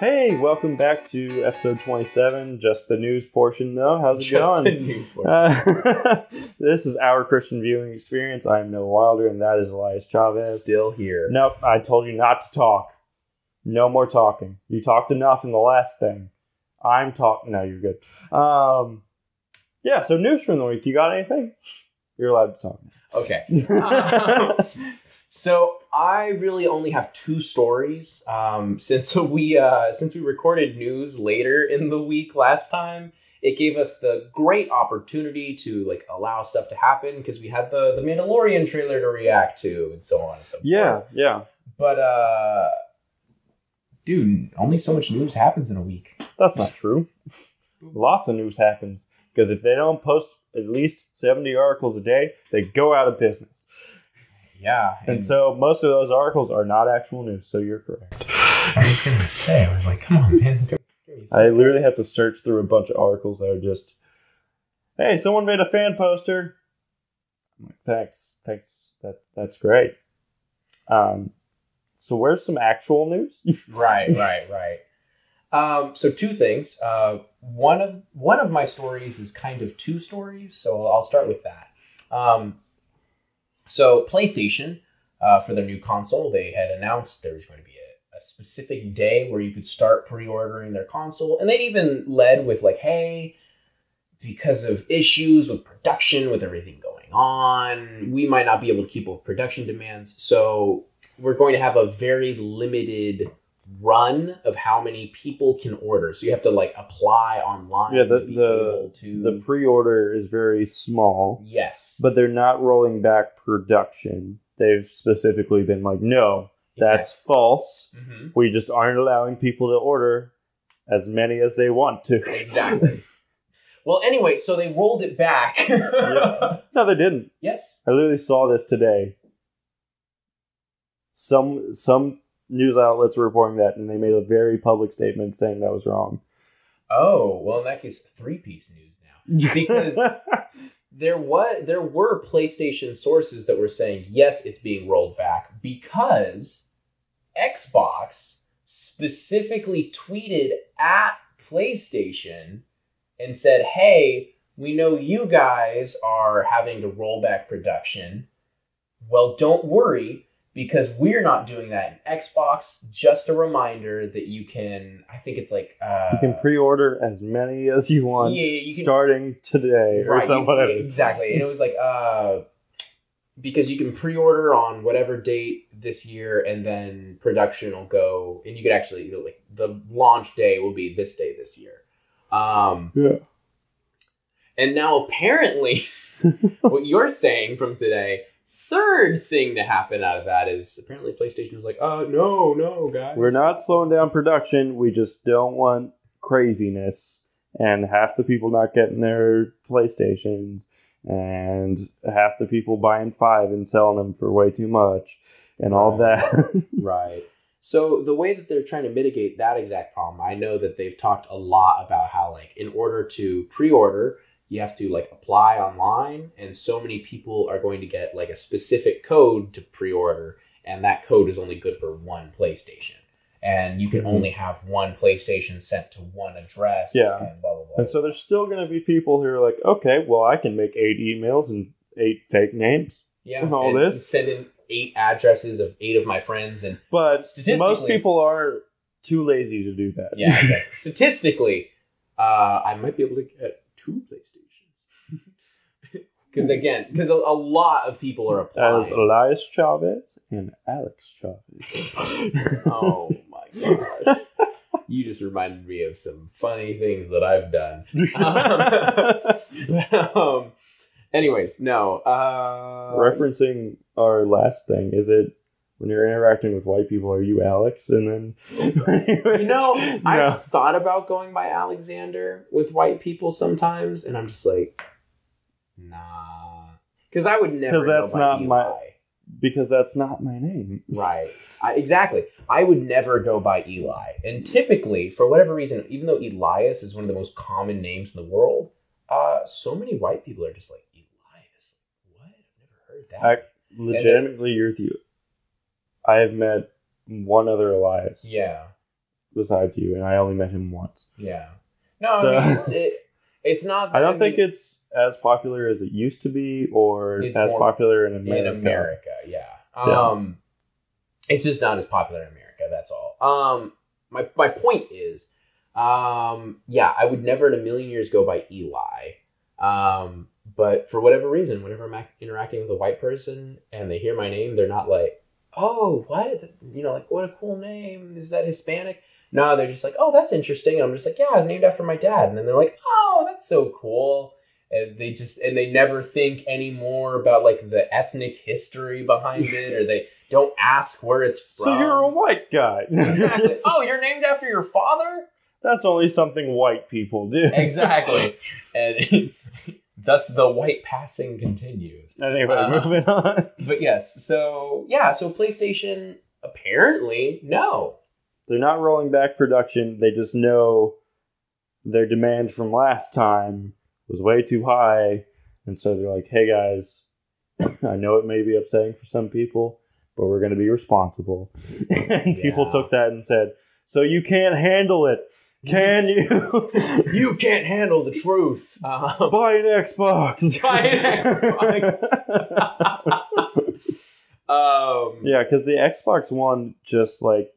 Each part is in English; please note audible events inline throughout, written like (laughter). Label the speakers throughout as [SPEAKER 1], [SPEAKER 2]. [SPEAKER 1] Hey, welcome back to episode 27, just the news portion though. How's it
[SPEAKER 2] Just the
[SPEAKER 1] going?
[SPEAKER 2] news for
[SPEAKER 1] Uh, (laughs) this is our Christian viewing experience. I'm Noah Wilder, and that is Elias Chavez.
[SPEAKER 2] Still here.
[SPEAKER 1] Nope, I told you not to talk. No more talking. You talked enough in the last thing. I'm talking. No, you're good. Um, yeah, so news from the week. You got anything? You're allowed to talk.
[SPEAKER 2] Okay.
[SPEAKER 1] (laughs)
[SPEAKER 2] (laughs) So I really only have two stories um, since (laughs) we uh, since we recorded news later in the week last time. It gave us the great opportunity to like allow stuff to happen because we had the the Mandalorian trailer to react to and so on and so forth.
[SPEAKER 1] yeah, yeah.
[SPEAKER 2] but uh, dude, only so much news happens in a week.
[SPEAKER 1] That's not true. Lots of news happens because if they don't post at least 70 articles a day, they go out of business.
[SPEAKER 2] Yeah,
[SPEAKER 1] And so most of those articles are not actual news, so you're correct.
[SPEAKER 2] I was gonna say, I was like, come on, man.
[SPEAKER 1] I literally have to search through a bunch of articles that are just, hey, someone made a fan poster. I'm like, thanks, thanks, that that's great. Um, so where's some actual news? (laughs)
[SPEAKER 2] right, right, right. Um, so two things. Uh, one of one of my stories is kind of two stories, so I'll, I'll start with that. Um, so PlayStation uh, for their new console, they had announced there was going to be a, a specific day where you could start pre-ordering their console, and they even led with like, "Hey, because of issues with production, with everything going on, we might not be able to keep up with production demands, so we're going to have a very limited." run of how many people can order. So you have to like apply online.
[SPEAKER 1] Yeah, the-
[SPEAKER 2] to be
[SPEAKER 1] the-
[SPEAKER 2] able to
[SPEAKER 1] the pre-order is very small.
[SPEAKER 2] yes,
[SPEAKER 1] but they're not rolling back production. They've specifically been like, no, that's false.
[SPEAKER 2] Mhm.
[SPEAKER 1] We just aren't allowing people to order as many as they want to.
[SPEAKER 2] exactly. well, anyway, so they rolled it back.
[SPEAKER 1] Yeah. (laughs) no, they didn't.
[SPEAKER 2] (laughs) Yes.
[SPEAKER 1] I literally saw this today. Some some news outlets were reporting that, and they made a very public statement saying that was wrong.
[SPEAKER 2] Oh well, in that case, three piece news
[SPEAKER 1] (laughs)
[SPEAKER 2] now. Because- There was there were PlayStation sources that were saying yes, it's being rolled back because Xbox specifically tweeted at PlayStation and said, "Hey, we know you guys are having to roll back production. Well, don't worry because we're not doing that in Xbox. Just a reminder that you can. I think it's like uh,
[SPEAKER 1] you can pre-order as many as you want,
[SPEAKER 2] yeah, you can
[SPEAKER 1] starting today or
[SPEAKER 2] you-
[SPEAKER 1] something. whatever.
[SPEAKER 2] yeah, exactly. And it was like, uh, because you can pre-order on whatever date this year, and then production will go, and you could actually, you know, like the launch day will be this day this year. Um,
[SPEAKER 1] Yeah.
[SPEAKER 2] And now apparently, (laughs) what you're saying from today, third thing to happen out of that is apparently PlayStation was like, uh, no, no, guys,
[SPEAKER 1] We're not slowing down production. We just don't want craziness and half the people not getting their PlayStations and half the people buying five and selling them for way too much and all that. (laughs)
[SPEAKER 2] Right. So the way that they're trying to mitigate that exact problem, I know that they've talked a lot about how like in order to pre-order, you have to like apply online and so many people are going to get like a specific code to pre-order and that code is only good for one PlayStation. And you can
[SPEAKER 1] Mhm.
[SPEAKER 2] only have one PlayStation sent to one address
[SPEAKER 1] Yeah.
[SPEAKER 2] and blah blah blah.
[SPEAKER 1] and so there's still going to be people who are like, okay, well, I can make eight emails and eight fake names.
[SPEAKER 2] yeah,
[SPEAKER 1] and all
[SPEAKER 2] and
[SPEAKER 1] this.
[SPEAKER 2] send in eight addresses of eight of my friends and
[SPEAKER 1] But most
[SPEAKER 2] Statistically-
[SPEAKER 1] people are too lazy to do that. (laughs)
[SPEAKER 2] Yeah. okay. Statistically, uh, I might be able to get two PlayStations. (laughs) Because again, because a, a lot of people are
[SPEAKER 1] As
[SPEAKER 2] applying.
[SPEAKER 1] Elias Chavez and Alex
[SPEAKER 2] (laughs)
[SPEAKER 1] Chavez. (laughs)
[SPEAKER 2] oh my gosh! You just reminded me of some funny things that I've done. (laughs) But, um, anyways, no. Uh,
[SPEAKER 1] referencing our last thing is it when you're interacting with white people are you alex and then (laughs)
[SPEAKER 2] You know,
[SPEAKER 1] No.
[SPEAKER 2] I've thought about going by Alexander with white people sometimes, and I'm just like, nah. Because I would never.
[SPEAKER 1] 'Cause
[SPEAKER 2] go
[SPEAKER 1] that's
[SPEAKER 2] by
[SPEAKER 1] not my-
[SPEAKER 2] Eli.
[SPEAKER 1] because that's not my name
[SPEAKER 2] Right. I, exactly. I would never go by Eli. And typically, for whatever reason, even though Elias is one of the most common names in the world, uh, so many white people are just like, Elias? What? I've never heard that.
[SPEAKER 1] I- legitimately you're the i have met one other elias
[SPEAKER 2] yeah.
[SPEAKER 1] besides you, and I only met him once.
[SPEAKER 2] Yeah. No,
[SPEAKER 1] So-
[SPEAKER 2] I mean, it's, it, it's not.
[SPEAKER 1] (laughs) I don't
[SPEAKER 2] mean,
[SPEAKER 1] think it's as popular as it used to be, or
[SPEAKER 2] It's
[SPEAKER 1] as
[SPEAKER 2] more
[SPEAKER 1] popular in America.
[SPEAKER 2] in America. Yeah.
[SPEAKER 1] Yeah.
[SPEAKER 2] Um, it's just not as popular in America. That's all. Um, my my point is, um, yeah, I would never in a million years go by Eli. Um, but for whatever reason, whenever I'm ac- interacting with a white person and they hear my name, they're not like, "Oh, what?" You know, like, "What a cool name! Is that Hispanic?" No, they're just like, "Oh, that's interesting." And I'm just like, "Yeah, I was named after my dad." And then they're like, "Oh, that's so cool." and they just and they never think anymore about like the ethnic history
[SPEAKER 1] (laughs)
[SPEAKER 2] behind it or they don't ask where it's from
[SPEAKER 1] So you're a white guy.
[SPEAKER 2] (laughs)
[SPEAKER 1] (laughs)
[SPEAKER 2] exactly. oh you're named after your father
[SPEAKER 1] That's only something white people do. (laughs)
[SPEAKER 2] exactly and (laughs) thus the white passing continues
[SPEAKER 1] anyway,
[SPEAKER 2] Uh,
[SPEAKER 1] moving on.
[SPEAKER 2] but yes so yeah so playstation apparently no
[SPEAKER 1] They're not rolling back production. They just know their demand from last time was way too high. And so they're like, hey guys, (laughs) I know it may be upsetting for some people, but we're going to be responsible. (laughs) and people
[SPEAKER 2] Yeah.
[SPEAKER 1] took that and said, so you can't handle it, can
[SPEAKER 2] (laughs)
[SPEAKER 1] you?
[SPEAKER 2] you can't handle the truth um,
[SPEAKER 1] Buy an Xbox.
[SPEAKER 2] Buy an Xbox. (laughs) um,
[SPEAKER 1] (laughs) yeah, because the Xbox One just like,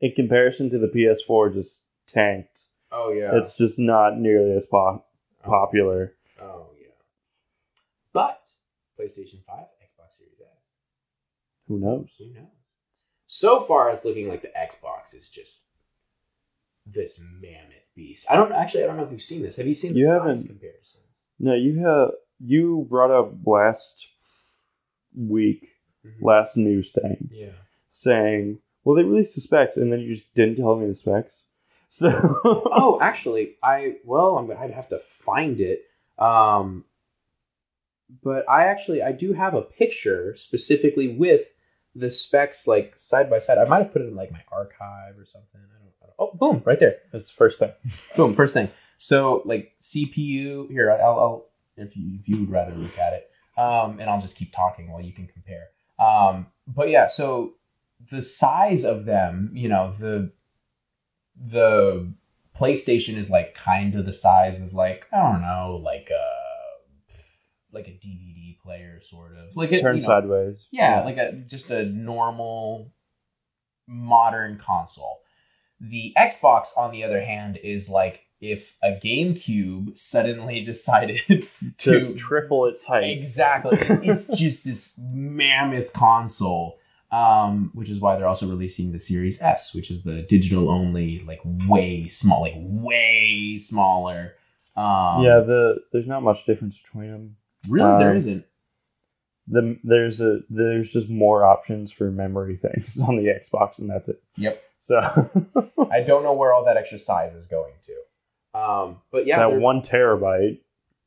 [SPEAKER 1] in comparison to the PS4, just tanked.
[SPEAKER 2] oh yeah
[SPEAKER 1] It's just not nearly as pop. popular.
[SPEAKER 2] Oh yeah. But PlayStation 5, Xbox Series X.
[SPEAKER 1] Who knows?
[SPEAKER 2] Who knows? So far it's looking like the Xbox is just this mammoth beast. I don't actually I don't know if you've seen this. Have you seen the
[SPEAKER 1] You
[SPEAKER 2] size
[SPEAKER 1] haven't.
[SPEAKER 2] comparisons?
[SPEAKER 1] No, you have you brought up last week,
[SPEAKER 2] Mm-hmm.
[SPEAKER 1] last news thing,
[SPEAKER 2] Yeah.
[SPEAKER 1] saying, "Well, they released the specs," and then you just didn't tell me the specs. (laughs) So, (laughs)
[SPEAKER 2] Oh, actually, I well, I'm, I'd have to find it. Um, but I actually I do have a picture specifically with the specs like side by side. I might have put it in like my archive or something. I don't. I don't oh, boom! Right there.
[SPEAKER 1] that's the first thing.
[SPEAKER 2] boom first thing so like cpu here I- i'll, I'll if, you, if you would rather look at it um, and i'll just keep talking while you can compare um, but yeah so the size of them you know the the playstation is like kind of the size of like i don't know like a like a dvd player sort of like it,
[SPEAKER 1] Turn
[SPEAKER 2] you know,
[SPEAKER 1] sideways.
[SPEAKER 2] yeah, like a just a normal modern console. The Xbox, on the other hand, is like if a GameCube suddenly (laughs) decided
[SPEAKER 1] to
[SPEAKER 2] to
[SPEAKER 1] triple its height.
[SPEAKER 2] exactly, it's it's just this mammoth console. Um, which is why they're also releasing the Series S, which is the digital only, like way small, like way smaller. Um,
[SPEAKER 1] yeah, the there's not much difference between them.
[SPEAKER 2] really, there
[SPEAKER 1] um,
[SPEAKER 2] isn't.
[SPEAKER 1] The, there's a there's just more options for memory (laughs) things on the Xbox, and that's it.
[SPEAKER 2] Yep.
[SPEAKER 1] So
[SPEAKER 2] I don't know where all that extra size is going to. Um, but yeah,
[SPEAKER 1] that
[SPEAKER 2] they're-
[SPEAKER 1] one terabyte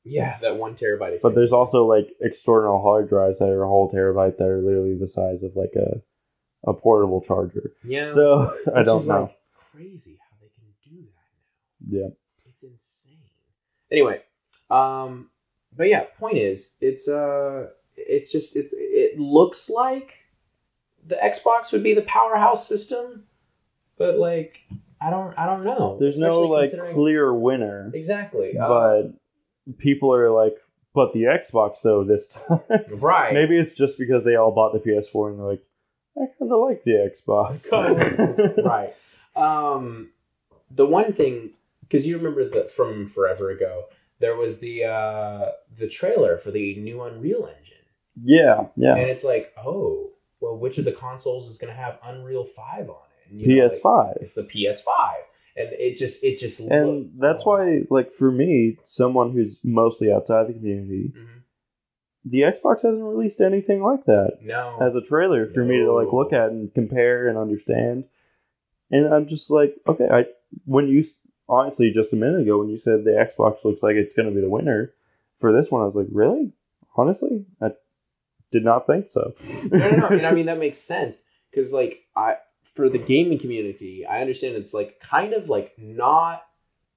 [SPEAKER 2] Yeah, that one terabyte. Is
[SPEAKER 1] But there's also like external hard drives that are a whole terabyte that are literally the size of like a a portable charger.
[SPEAKER 2] yeah.
[SPEAKER 1] So (laughs) I
[SPEAKER 2] which
[SPEAKER 1] don't
[SPEAKER 2] is,
[SPEAKER 1] know.
[SPEAKER 2] like, crazy how they can do that.
[SPEAKER 1] yeah.
[SPEAKER 2] It's insane. Anyway, um, but yeah, point is, it's uh, it's just it's it looks like the Xbox would be the powerhouse system, but like I don't I don't know.
[SPEAKER 1] There's no
[SPEAKER 2] Especially
[SPEAKER 1] like
[SPEAKER 2] considering-
[SPEAKER 1] clear winner,
[SPEAKER 2] exactly, uh,
[SPEAKER 1] but people are like, but the Xbox though this (laughs) time.
[SPEAKER 2] Uh, right.
[SPEAKER 1] Maybe it's just because they all bought the PS4 and they're like, I kind of like the
[SPEAKER 2] (laughs)
[SPEAKER 1] Xbox. (laughs)
[SPEAKER 2] So- right. Um, the one thing, because you remember that from forever ago, there was the uh, the trailer for the new Unreal Engine,
[SPEAKER 1] yeah, yeah.
[SPEAKER 2] and it's like, oh, well, which of the consoles is going to have Unreal Five on it? And, you know, like,
[SPEAKER 1] PS5.
[SPEAKER 2] it's the PS Five, and it just it just
[SPEAKER 1] and
[SPEAKER 2] looked-
[SPEAKER 1] that's why, like for me, someone who's mostly outside the community,
[SPEAKER 2] Mhm.
[SPEAKER 1] the Xbox hasn't released anything like that.
[SPEAKER 2] no
[SPEAKER 1] as a trailer for me to like
[SPEAKER 2] No.
[SPEAKER 1] look at and compare and understand. And I'm just like, okay, I when you s- honestly just a minute ago when you said the Xbox looks like it's going to be the winner for this one, I was like, really? Honestly, I did not think so.
[SPEAKER 2] no, no, no.
[SPEAKER 1] (laughs)
[SPEAKER 2] And I mean, that makes sense because, like, I for the gaming community, I understand it's like kind of like not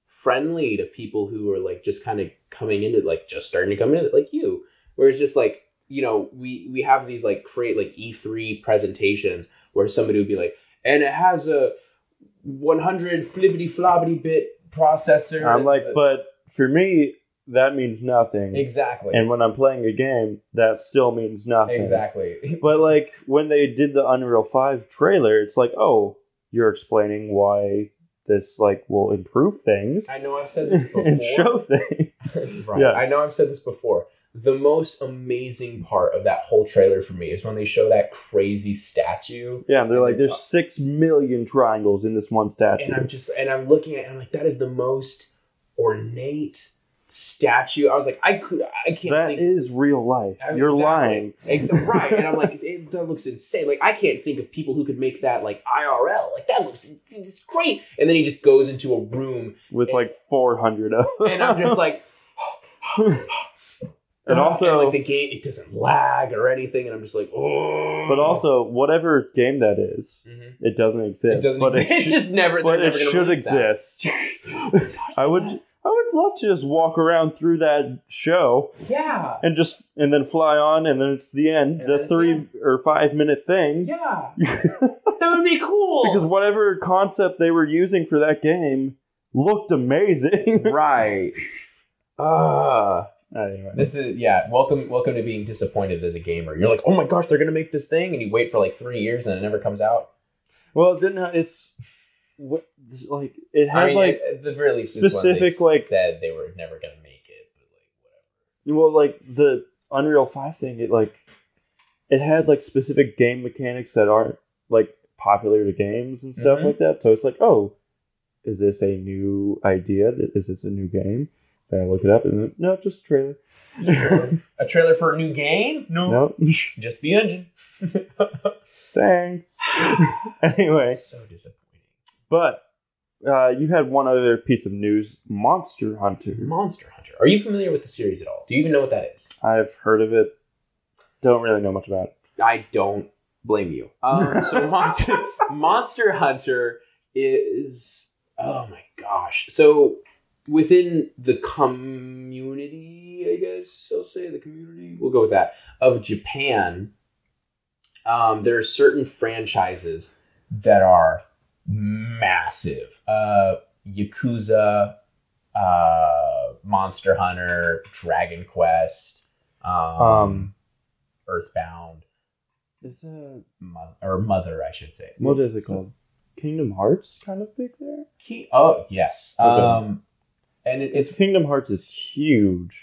[SPEAKER 2] friendly to people who are like just kind of coming into like just starting to come in, like you, where it's just like you know we we have these like create like E three presentations where somebody would be like, and it has a 100 flibbity flobbity bit processor.
[SPEAKER 1] I'm like,
[SPEAKER 2] Uh,
[SPEAKER 1] but for me, that means nothing.
[SPEAKER 2] exactly,
[SPEAKER 1] And when I'm playing a game, that still means nothing.
[SPEAKER 2] exactly. (laughs)
[SPEAKER 1] But like when they did the Unreal 5 trailer, it's like, oh, you're explaining why this like will improve things
[SPEAKER 2] I know I've said this before.
[SPEAKER 1] (laughs) and show things.
[SPEAKER 2] (laughs) right.
[SPEAKER 1] Yeah.
[SPEAKER 2] I know I've said this before. The most amazing part of that whole trailer for me is when they show that crazy statue.
[SPEAKER 1] Yeah, and they're
[SPEAKER 2] And
[SPEAKER 1] like,
[SPEAKER 2] they're
[SPEAKER 1] there's six million triangles in this one statue.
[SPEAKER 2] And I'm just and I'm looking at it, I'm like, that is the most ornate statue. I was like, I could I can't
[SPEAKER 1] That
[SPEAKER 2] think
[SPEAKER 1] is real life.
[SPEAKER 2] I mean,
[SPEAKER 1] You're
[SPEAKER 2] exactly.
[SPEAKER 1] lying. (laughs)
[SPEAKER 2] Exa- right. And I'm like, it, that looks insane. Like I can't think of people who could make that like IRL. Like that looks it's- it's great. And then he just goes into a room
[SPEAKER 1] With
[SPEAKER 2] And-
[SPEAKER 1] like 400 of them.
[SPEAKER 2] and I'm
[SPEAKER 1] (laughs)
[SPEAKER 2] just (laughs) like "Oh,"
[SPEAKER 1] And also-
[SPEAKER 2] like the game it doesn't lag or anything and I'm just like, oh
[SPEAKER 1] But also, whatever game that is,
[SPEAKER 2] Mhm.
[SPEAKER 1] it doesn't exist.
[SPEAKER 2] It doesn't
[SPEAKER 1] but
[SPEAKER 2] exist. (laughs)
[SPEAKER 1] It
[SPEAKER 2] it's
[SPEAKER 1] should,
[SPEAKER 2] just never.
[SPEAKER 1] but
[SPEAKER 2] they're
[SPEAKER 1] it
[SPEAKER 2] never gonna
[SPEAKER 1] should
[SPEAKER 2] release that. (laughs)
[SPEAKER 1] exist. I would. I would love to just walk around through that show
[SPEAKER 2] Yeah.
[SPEAKER 1] and just and then fly on and then it's the end,
[SPEAKER 2] And then
[SPEAKER 1] the
[SPEAKER 2] it's the
[SPEAKER 1] three
[SPEAKER 2] end.
[SPEAKER 1] or five minute thing.
[SPEAKER 2] (laughs) Yeah. that would be cool.
[SPEAKER 1] Because whatever concept they were using for that game looked (laughs) amazing.
[SPEAKER 2] right. Ah,
[SPEAKER 1] anyway.
[SPEAKER 2] this is yeah. Welcome, welcome to being disappointed as a gamer. You're like, oh my gosh, they're gonna make this thing, and you wait for like three years, and it never comes out.
[SPEAKER 1] Well, it didn't. Have, it's what like it had
[SPEAKER 2] I mean,
[SPEAKER 1] like
[SPEAKER 2] at, at the very least,
[SPEAKER 1] specific,
[SPEAKER 2] specific they
[SPEAKER 1] like-
[SPEAKER 2] said they were never gonna make it, but like
[SPEAKER 1] well like the Unreal Five thing. It like it had like specific game mechanics that aren't like popular to games and stuff
[SPEAKER 2] Mhm.
[SPEAKER 1] like that. So it's like, oh, is this a new idea? Th- Is this a new game? Then I look it up and then, no, just a trailer. (laughs)
[SPEAKER 2] whatever. a trailer for a new game?
[SPEAKER 1] no, (laughs)
[SPEAKER 2] Just the engine.
[SPEAKER 1] thanks. (laughs) anyway,
[SPEAKER 2] So disappointing.
[SPEAKER 1] but uh, you had one other piece of news: Monster Hunter.
[SPEAKER 2] Monster Hunter. Are you familiar with the series at all? Do you even know what that is?
[SPEAKER 1] I've heard of it. Don't really know much about it.
[SPEAKER 2] I don't blame you. Um, so Monster Monster Hunter is oh my gosh. So within the community, I guess I'll say the community. We'll go with that of Japan. Um, there are certain franchises that are massive. Uh, Yakuza, uh, Monster Hunter, Dragon Quest, um,
[SPEAKER 1] Um,
[SPEAKER 2] Earthbound
[SPEAKER 1] Is it
[SPEAKER 2] mother, or mother, I should say.
[SPEAKER 1] what is it called? Kingdom Hearts, kind of big there.
[SPEAKER 2] Ki- oh yes,
[SPEAKER 1] Okay.
[SPEAKER 2] um, and it,
[SPEAKER 1] It's
[SPEAKER 2] it's
[SPEAKER 1] Kingdom Hearts is huge.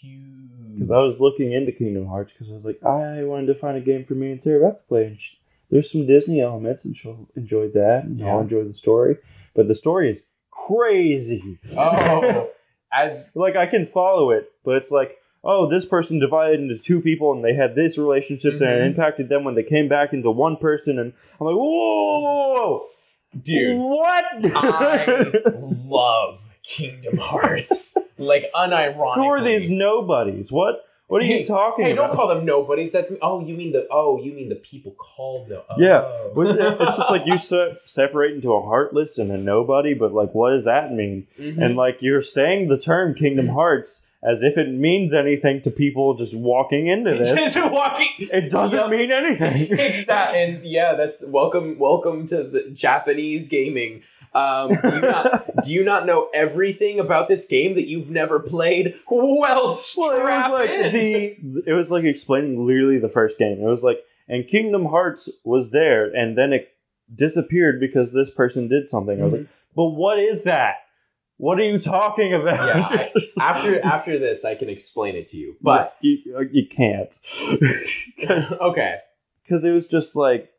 [SPEAKER 2] huge.
[SPEAKER 1] Because I was looking into Kingdom Hearts because I was like, I wanted to find a game for me and Sarah Beth to play. And she, there's some Disney elements, and she'll enjoy that, and I'll
[SPEAKER 2] Yeah.
[SPEAKER 1] enjoy the story. But the story is crazy. (laughs)
[SPEAKER 2] oh, as
[SPEAKER 1] like I can follow it, but it's like, oh, this person divided into two people, and they had this relationship, and it
[SPEAKER 2] Mhm.
[SPEAKER 1] impacted them when they came back into one person. And I'm like, whoa, (laughs)
[SPEAKER 2] dude,
[SPEAKER 1] what?
[SPEAKER 2] I love Kingdom Hearts. like unironically.
[SPEAKER 1] Who are these nobodies? What? What are you talking
[SPEAKER 2] Hey,
[SPEAKER 1] about?
[SPEAKER 2] don't call them nobodies. That's me. oh, you mean the oh, you mean the people called the oh.
[SPEAKER 1] Yeah. What the- it's
[SPEAKER 2] (laughs)
[SPEAKER 1] just like you se- separate into a heartless and a nobody, but like, what does that mean?
[SPEAKER 2] Mhm.
[SPEAKER 1] And like, you're saying the term Kingdom Hearts as if it means anything to people just walking
[SPEAKER 2] (laughs)
[SPEAKER 1] into this.
[SPEAKER 2] just walking.
[SPEAKER 1] It doesn't mean
[SPEAKER 2] (laughs)
[SPEAKER 1] anything.
[SPEAKER 2] exactly. And yeah, that's welcome. Welcome to the Japanese gaming. Um, do,
[SPEAKER 1] (laughs)
[SPEAKER 2] you not, do you not know everything about this game that you've never played? Well,
[SPEAKER 1] (laughs) Well, it was
[SPEAKER 2] strap
[SPEAKER 1] like
[SPEAKER 2] in.
[SPEAKER 1] the it was like explaining literally the first game. It was like, and Kingdom Hearts was there, and then it disappeared because this person did something. I was like,
[SPEAKER 2] Mm-hmm.
[SPEAKER 1] but what is that? What are you talking about? (laughs)
[SPEAKER 2] Yeah, after after this, I can explain it to you. But
[SPEAKER 1] you, you can't (laughs)
[SPEAKER 2] (laughs) okay,
[SPEAKER 1] because it was just like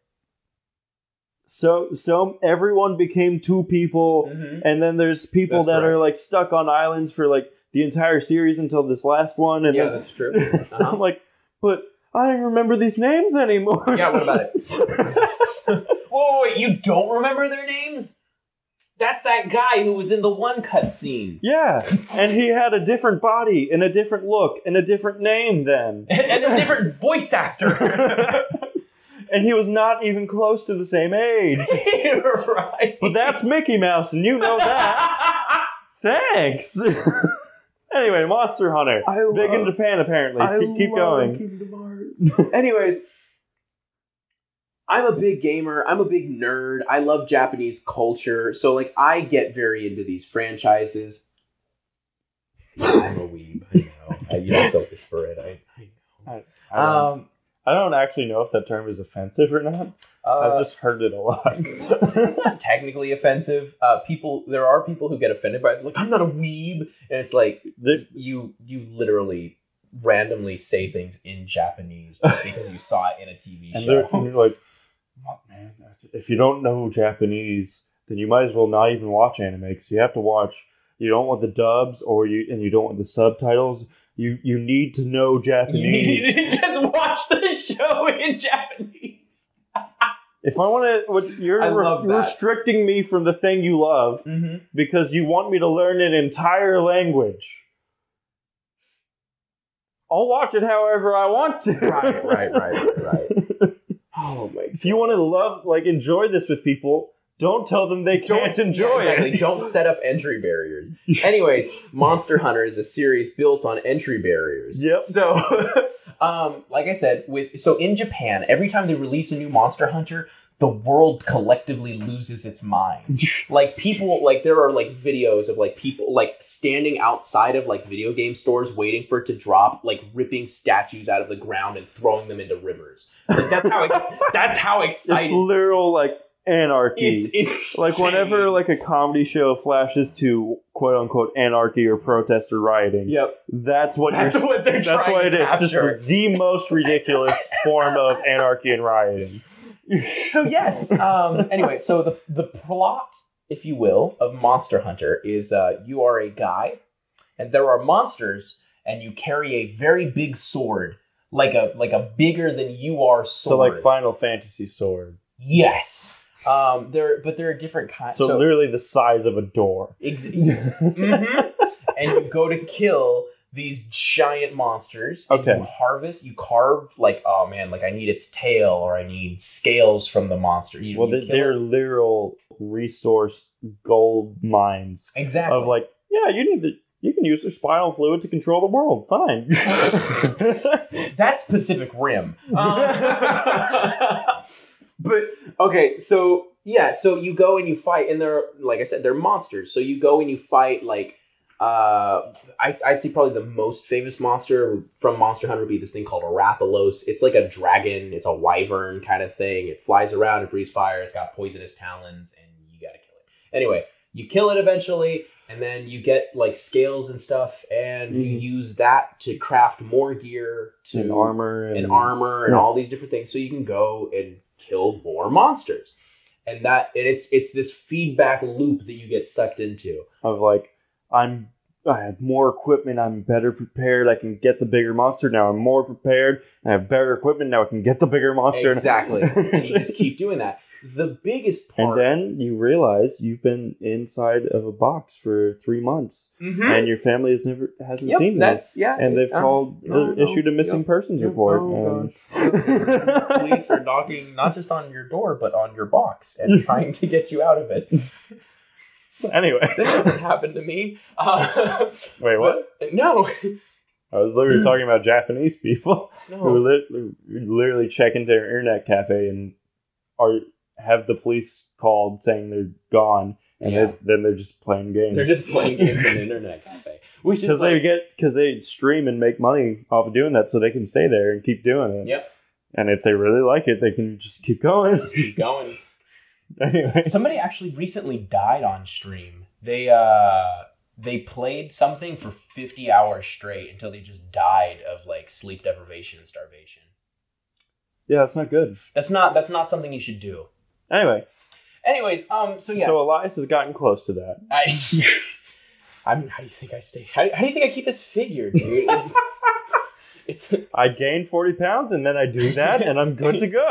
[SPEAKER 1] so so everyone became two people
[SPEAKER 2] Mhm.
[SPEAKER 1] and then there's people
[SPEAKER 2] That's
[SPEAKER 1] that are
[SPEAKER 2] correct.
[SPEAKER 1] like stuck on islands for like the entire series until this last one and
[SPEAKER 2] yeah,
[SPEAKER 1] then, (laughs)
[SPEAKER 2] that's true.
[SPEAKER 1] so
[SPEAKER 2] Uh-huh.
[SPEAKER 1] i'm like but i don't remember these names anymore
[SPEAKER 2] Yeah, what about it? Whoa, wait, you don't remember their names? That's that guy who was in the one cutscene.
[SPEAKER 1] (laughs) yeah and he had a different body and a different look and a different name
[SPEAKER 2] (laughs)
[SPEAKER 1] then
[SPEAKER 2] and a different voice
[SPEAKER 1] (laughs)
[SPEAKER 2] actor. (laughs)
[SPEAKER 1] and he was not even close to the same
[SPEAKER 2] (laughs)
[SPEAKER 1] age
[SPEAKER 2] right.
[SPEAKER 1] but that's mickey mouse and you know that
[SPEAKER 2] (laughs)
[SPEAKER 1] Thanks. (laughs) anyway, Monster Hunter.
[SPEAKER 2] I love,
[SPEAKER 1] Big in
[SPEAKER 2] (laughs)
[SPEAKER 1] Japan, apparently. keep keep going.
[SPEAKER 2] Kingdom Hearts. Anyways, I'm a big gamer. I'm a big nerd. I love Japanese culture. So like I get very into these franchises. Yeah, I'm a weeb. I know. I, you don't have to whisper it. I, I
[SPEAKER 1] I
[SPEAKER 2] know.
[SPEAKER 1] don't,
[SPEAKER 2] Um,
[SPEAKER 1] I don't actually know if that term is offensive or not.
[SPEAKER 2] uh,
[SPEAKER 1] I've just heard it a
[SPEAKER 2] (laughs) it's
[SPEAKER 1] lot. (laughs)
[SPEAKER 2] not technically offensive. Uh, people, there are people who get offended by it. Like I'm not a weeb, and it's like
[SPEAKER 1] The-
[SPEAKER 2] you you literally randomly say things in Japanese just because you saw it in a TV
[SPEAKER 1] and they're,
[SPEAKER 2] show.
[SPEAKER 1] and you're like, "Fuck, man, if you don't know Japanese, then you might as well not even watch anime because you have to watch. You don't want the dubs, or you and you don't want the subtitles. You you need to know Japanese.
[SPEAKER 2] (laughs) You need to just watch the show in Japanese.
[SPEAKER 1] If I want to, what you're
[SPEAKER 2] I love
[SPEAKER 1] re-
[SPEAKER 2] that.
[SPEAKER 1] restricting me from the thing you love
[SPEAKER 2] Mm-hmm.
[SPEAKER 1] because you want me to learn an entire language. I'll watch it however I want to.
[SPEAKER 2] Right, right, right, right, right. (laughs) Oh my!
[SPEAKER 1] (laughs) If you want to love, like, enjoy this with people, don't tell them they can't enjoy
[SPEAKER 2] yeah, exactly.
[SPEAKER 1] it. (laughs)
[SPEAKER 2] Don't set up entry barriers. Anyways, Monster Hunter is a series built on entry barriers.
[SPEAKER 1] Yep.
[SPEAKER 2] So, (laughs) um, like I said, with so in Japan, every time they release a new Monster Hunter, the world collectively loses its mind.
[SPEAKER 1] (laughs)
[SPEAKER 2] like people, like there are like videos of like people like standing outside of like video game stores waiting for it to drop, like ripping statues out of the ground and throwing them into rivers. Like that's how (laughs) that's how
[SPEAKER 1] It's
[SPEAKER 2] excited.
[SPEAKER 1] literal, like, anarchy.
[SPEAKER 2] It's, it's
[SPEAKER 1] like, whenever, like, a comedy show flashes to quote unquote anarchy or protest or rioting,
[SPEAKER 2] yep.
[SPEAKER 1] that's what
[SPEAKER 2] That's
[SPEAKER 1] you're.
[SPEAKER 2] what they're
[SPEAKER 1] That's
[SPEAKER 2] trying
[SPEAKER 1] what it
[SPEAKER 2] to
[SPEAKER 1] is.
[SPEAKER 2] capture.
[SPEAKER 1] Just the most
[SPEAKER 2] (laughs)
[SPEAKER 1] ridiculous form of anarchy and rioting.
[SPEAKER 2] So yes. Um,
[SPEAKER 1] (laughs)
[SPEAKER 2] anyway, so the the plot, if you will, of Monster Hunter is uh, you are a guy, and there are monsters, and you carry a very big sword, like a like a bigger than you are sword.
[SPEAKER 1] So, like, Final Fantasy sword.
[SPEAKER 2] yes. Um, there, but there are different kinds.
[SPEAKER 1] So, literally the size of a
[SPEAKER 2] (laughs)
[SPEAKER 1] door.
[SPEAKER 2] Ex- Mhm. and you go to kill these giant monsters. and
[SPEAKER 1] Okay.
[SPEAKER 2] You harvest, you carve like, oh man, like I need its tail or I need scales from the monster. You,
[SPEAKER 1] Well,
[SPEAKER 2] you
[SPEAKER 1] they,
[SPEAKER 2] kill
[SPEAKER 1] they're
[SPEAKER 2] it.
[SPEAKER 1] literal resource gold mines
[SPEAKER 2] exactly
[SPEAKER 1] of like, yeah, you need to, you can use your spinal fluid to control the world.
[SPEAKER 2] (laughs)
[SPEAKER 1] Fine. (laughs)
[SPEAKER 2] that's Pacific Rim. Um, (laughs) but okay, so yeah, so you go and you fight, and they're like I said, they're monsters. So you go and you fight like uh, I, I'd say probably the most famous monster from Monster Hunter would be this thing called Arathalos. It's like a dragon. It's a wyvern kind of thing. It flies around. It breathes fire. It's got poisonous talons, and you gotta kill it. Anyway, you kill it eventually, and then you get like scales and stuff, and you
[SPEAKER 1] Mhm.
[SPEAKER 2] use that to craft more gear to
[SPEAKER 1] and armor and,
[SPEAKER 2] and armor and
[SPEAKER 1] Yeah.
[SPEAKER 2] all these different things so you can go and kill more monsters and that and it's it's this feedback loop that you get sucked into
[SPEAKER 1] of like, I'm, I have more equipment. I'm better prepared. I can get the bigger monster now. I'm more prepared. I have better equipment now. I can get the bigger monster. (laughs)
[SPEAKER 2] exactly and you just keep doing that the biggest
[SPEAKER 1] and
[SPEAKER 2] part
[SPEAKER 1] then you realize you've been inside of a box for three months,
[SPEAKER 2] Mhm.
[SPEAKER 1] and your family has never hasn't
[SPEAKER 2] Yep,
[SPEAKER 1] seen that.
[SPEAKER 2] that's yeah
[SPEAKER 1] and they've
[SPEAKER 2] um,
[SPEAKER 1] called uh,
[SPEAKER 2] no, no,
[SPEAKER 1] issued a missing
[SPEAKER 2] yep,
[SPEAKER 1] persons report.
[SPEAKER 2] Oh,
[SPEAKER 1] and- (laughs)
[SPEAKER 2] God. Police are knocking not just on your door, but on your box
[SPEAKER 1] (laughs)
[SPEAKER 2] and trying to get you out of it.
[SPEAKER 1] anyway,
[SPEAKER 2] This hasn't happened to me. Uh,
[SPEAKER 1] (laughs) wait, what?
[SPEAKER 2] but- no,
[SPEAKER 1] I was
[SPEAKER 2] (clears throat)
[SPEAKER 1] literally talking about Japanese people who
[SPEAKER 2] no.
[SPEAKER 1] lit- who literally check into their internet cafe and are have the police called saying they're gone, and
[SPEAKER 2] Yeah.
[SPEAKER 1] they- then they're just playing games.
[SPEAKER 2] They're just playing games in the internet cafe, which is
[SPEAKER 1] because
[SPEAKER 2] like,
[SPEAKER 1] they get because they stream and make money off of doing that, so they can stay there and keep doing it.
[SPEAKER 2] Yep.
[SPEAKER 1] And if they really like it, they can just keep going. (laughs)
[SPEAKER 2] just keep going.
[SPEAKER 1] anyway,
[SPEAKER 2] Somebody actually recently died on stream. They uh they played something for 50 hours straight until they just died of like sleep deprivation and starvation.
[SPEAKER 1] yeah, it's not good.
[SPEAKER 2] That's not that's not something you should do.
[SPEAKER 1] Anyway,
[SPEAKER 2] Anyways, um so yeah.
[SPEAKER 1] so uh, Elias has gotten close to that.
[SPEAKER 2] I (laughs) I mean, how do you think I stay? How, how do you think I keep this figure, dude? It's it's (laughs)
[SPEAKER 1] I gain 40 pounds and then I do that and I'm good to
[SPEAKER 2] (laughs)
[SPEAKER 1] go.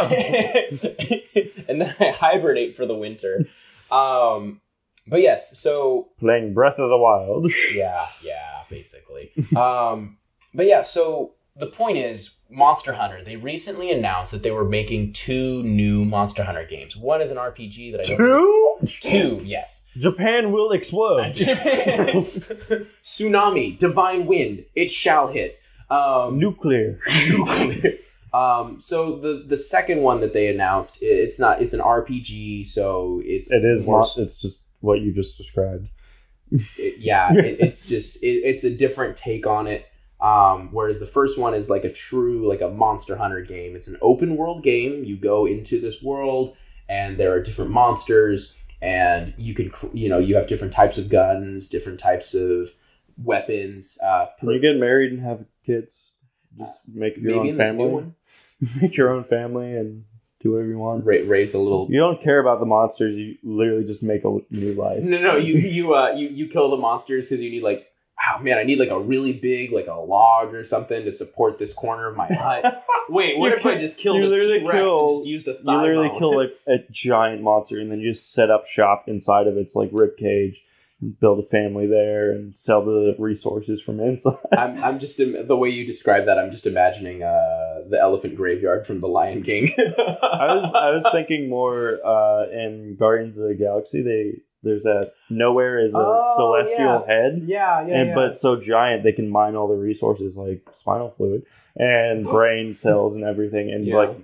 [SPEAKER 2] and then I hibernate for the winter. Um but yes, so
[SPEAKER 1] Playing Breath of the Wild.
[SPEAKER 2] yeah yeah basically um but yeah so the point is monster hunter they recently announced that they were making two new monster hunter games one is an rpg that i
[SPEAKER 1] Two?
[SPEAKER 2] don't two yes (laughs)
[SPEAKER 1] Japan will explode.
[SPEAKER 2] tsunami divine wind it shall hit um
[SPEAKER 1] Nuclear.
[SPEAKER 2] nuclear (laughs) Um, so the the second one that they announced, i- it's not it's an RPG, so it's
[SPEAKER 1] It is
[SPEAKER 2] more
[SPEAKER 1] not.
[SPEAKER 2] s-
[SPEAKER 1] It's just what you just described.
[SPEAKER 2] it- yeah, it, it's just it, it's a different take on it. Um, whereas the first one is like a true like a Monster Hunter game. It's an open world game. You go into this world, and there are different monsters, and you can cr- you know you have different types of guns, different types of weapons. Uh,
[SPEAKER 1] Can you get married and have kids? Just make your
[SPEAKER 2] maybe in
[SPEAKER 1] own
[SPEAKER 2] this new
[SPEAKER 1] family.
[SPEAKER 2] one,
[SPEAKER 1] (laughs) Make your own family and do whatever you want.
[SPEAKER 2] ra- raise a little
[SPEAKER 1] You don't care about the monsters. You literally just make a new life.
[SPEAKER 2] No, no, you you uh you you kill the monsters because you need like oh man, I need like a really big like a log or something to support this corner of my
[SPEAKER 1] (laughs)
[SPEAKER 2] hut. Wait, what
[SPEAKER 1] You
[SPEAKER 2] if I
[SPEAKER 1] kill-
[SPEAKER 2] just killed
[SPEAKER 1] you
[SPEAKER 2] a
[SPEAKER 1] literally
[SPEAKER 2] T-Rex
[SPEAKER 1] kill-
[SPEAKER 2] and (laughs) just used a thigh
[SPEAKER 1] You literally
[SPEAKER 2] bone?
[SPEAKER 1] kill like a giant monster and then you just set up shop inside of its like rib cage, and build a family there, and sell the resources from inside. (laughs)
[SPEAKER 2] I'm I'm just im- the way you describe that. I'm just imagining uh the elephant graveyard from the Lion King.
[SPEAKER 1] (laughs) I was I was thinking more uh, in Guardians of the Galaxy. They there's that nowhere is a
[SPEAKER 2] Oh,
[SPEAKER 1] celestial head,
[SPEAKER 2] (laughs) yeah, yeah,
[SPEAKER 1] and
[SPEAKER 2] yeah.
[SPEAKER 1] but it's so giant they can mine all the resources like spinal fluid
[SPEAKER 2] (gasps)
[SPEAKER 1] and brain cells and everything, and
[SPEAKER 2] Yeah.
[SPEAKER 1] like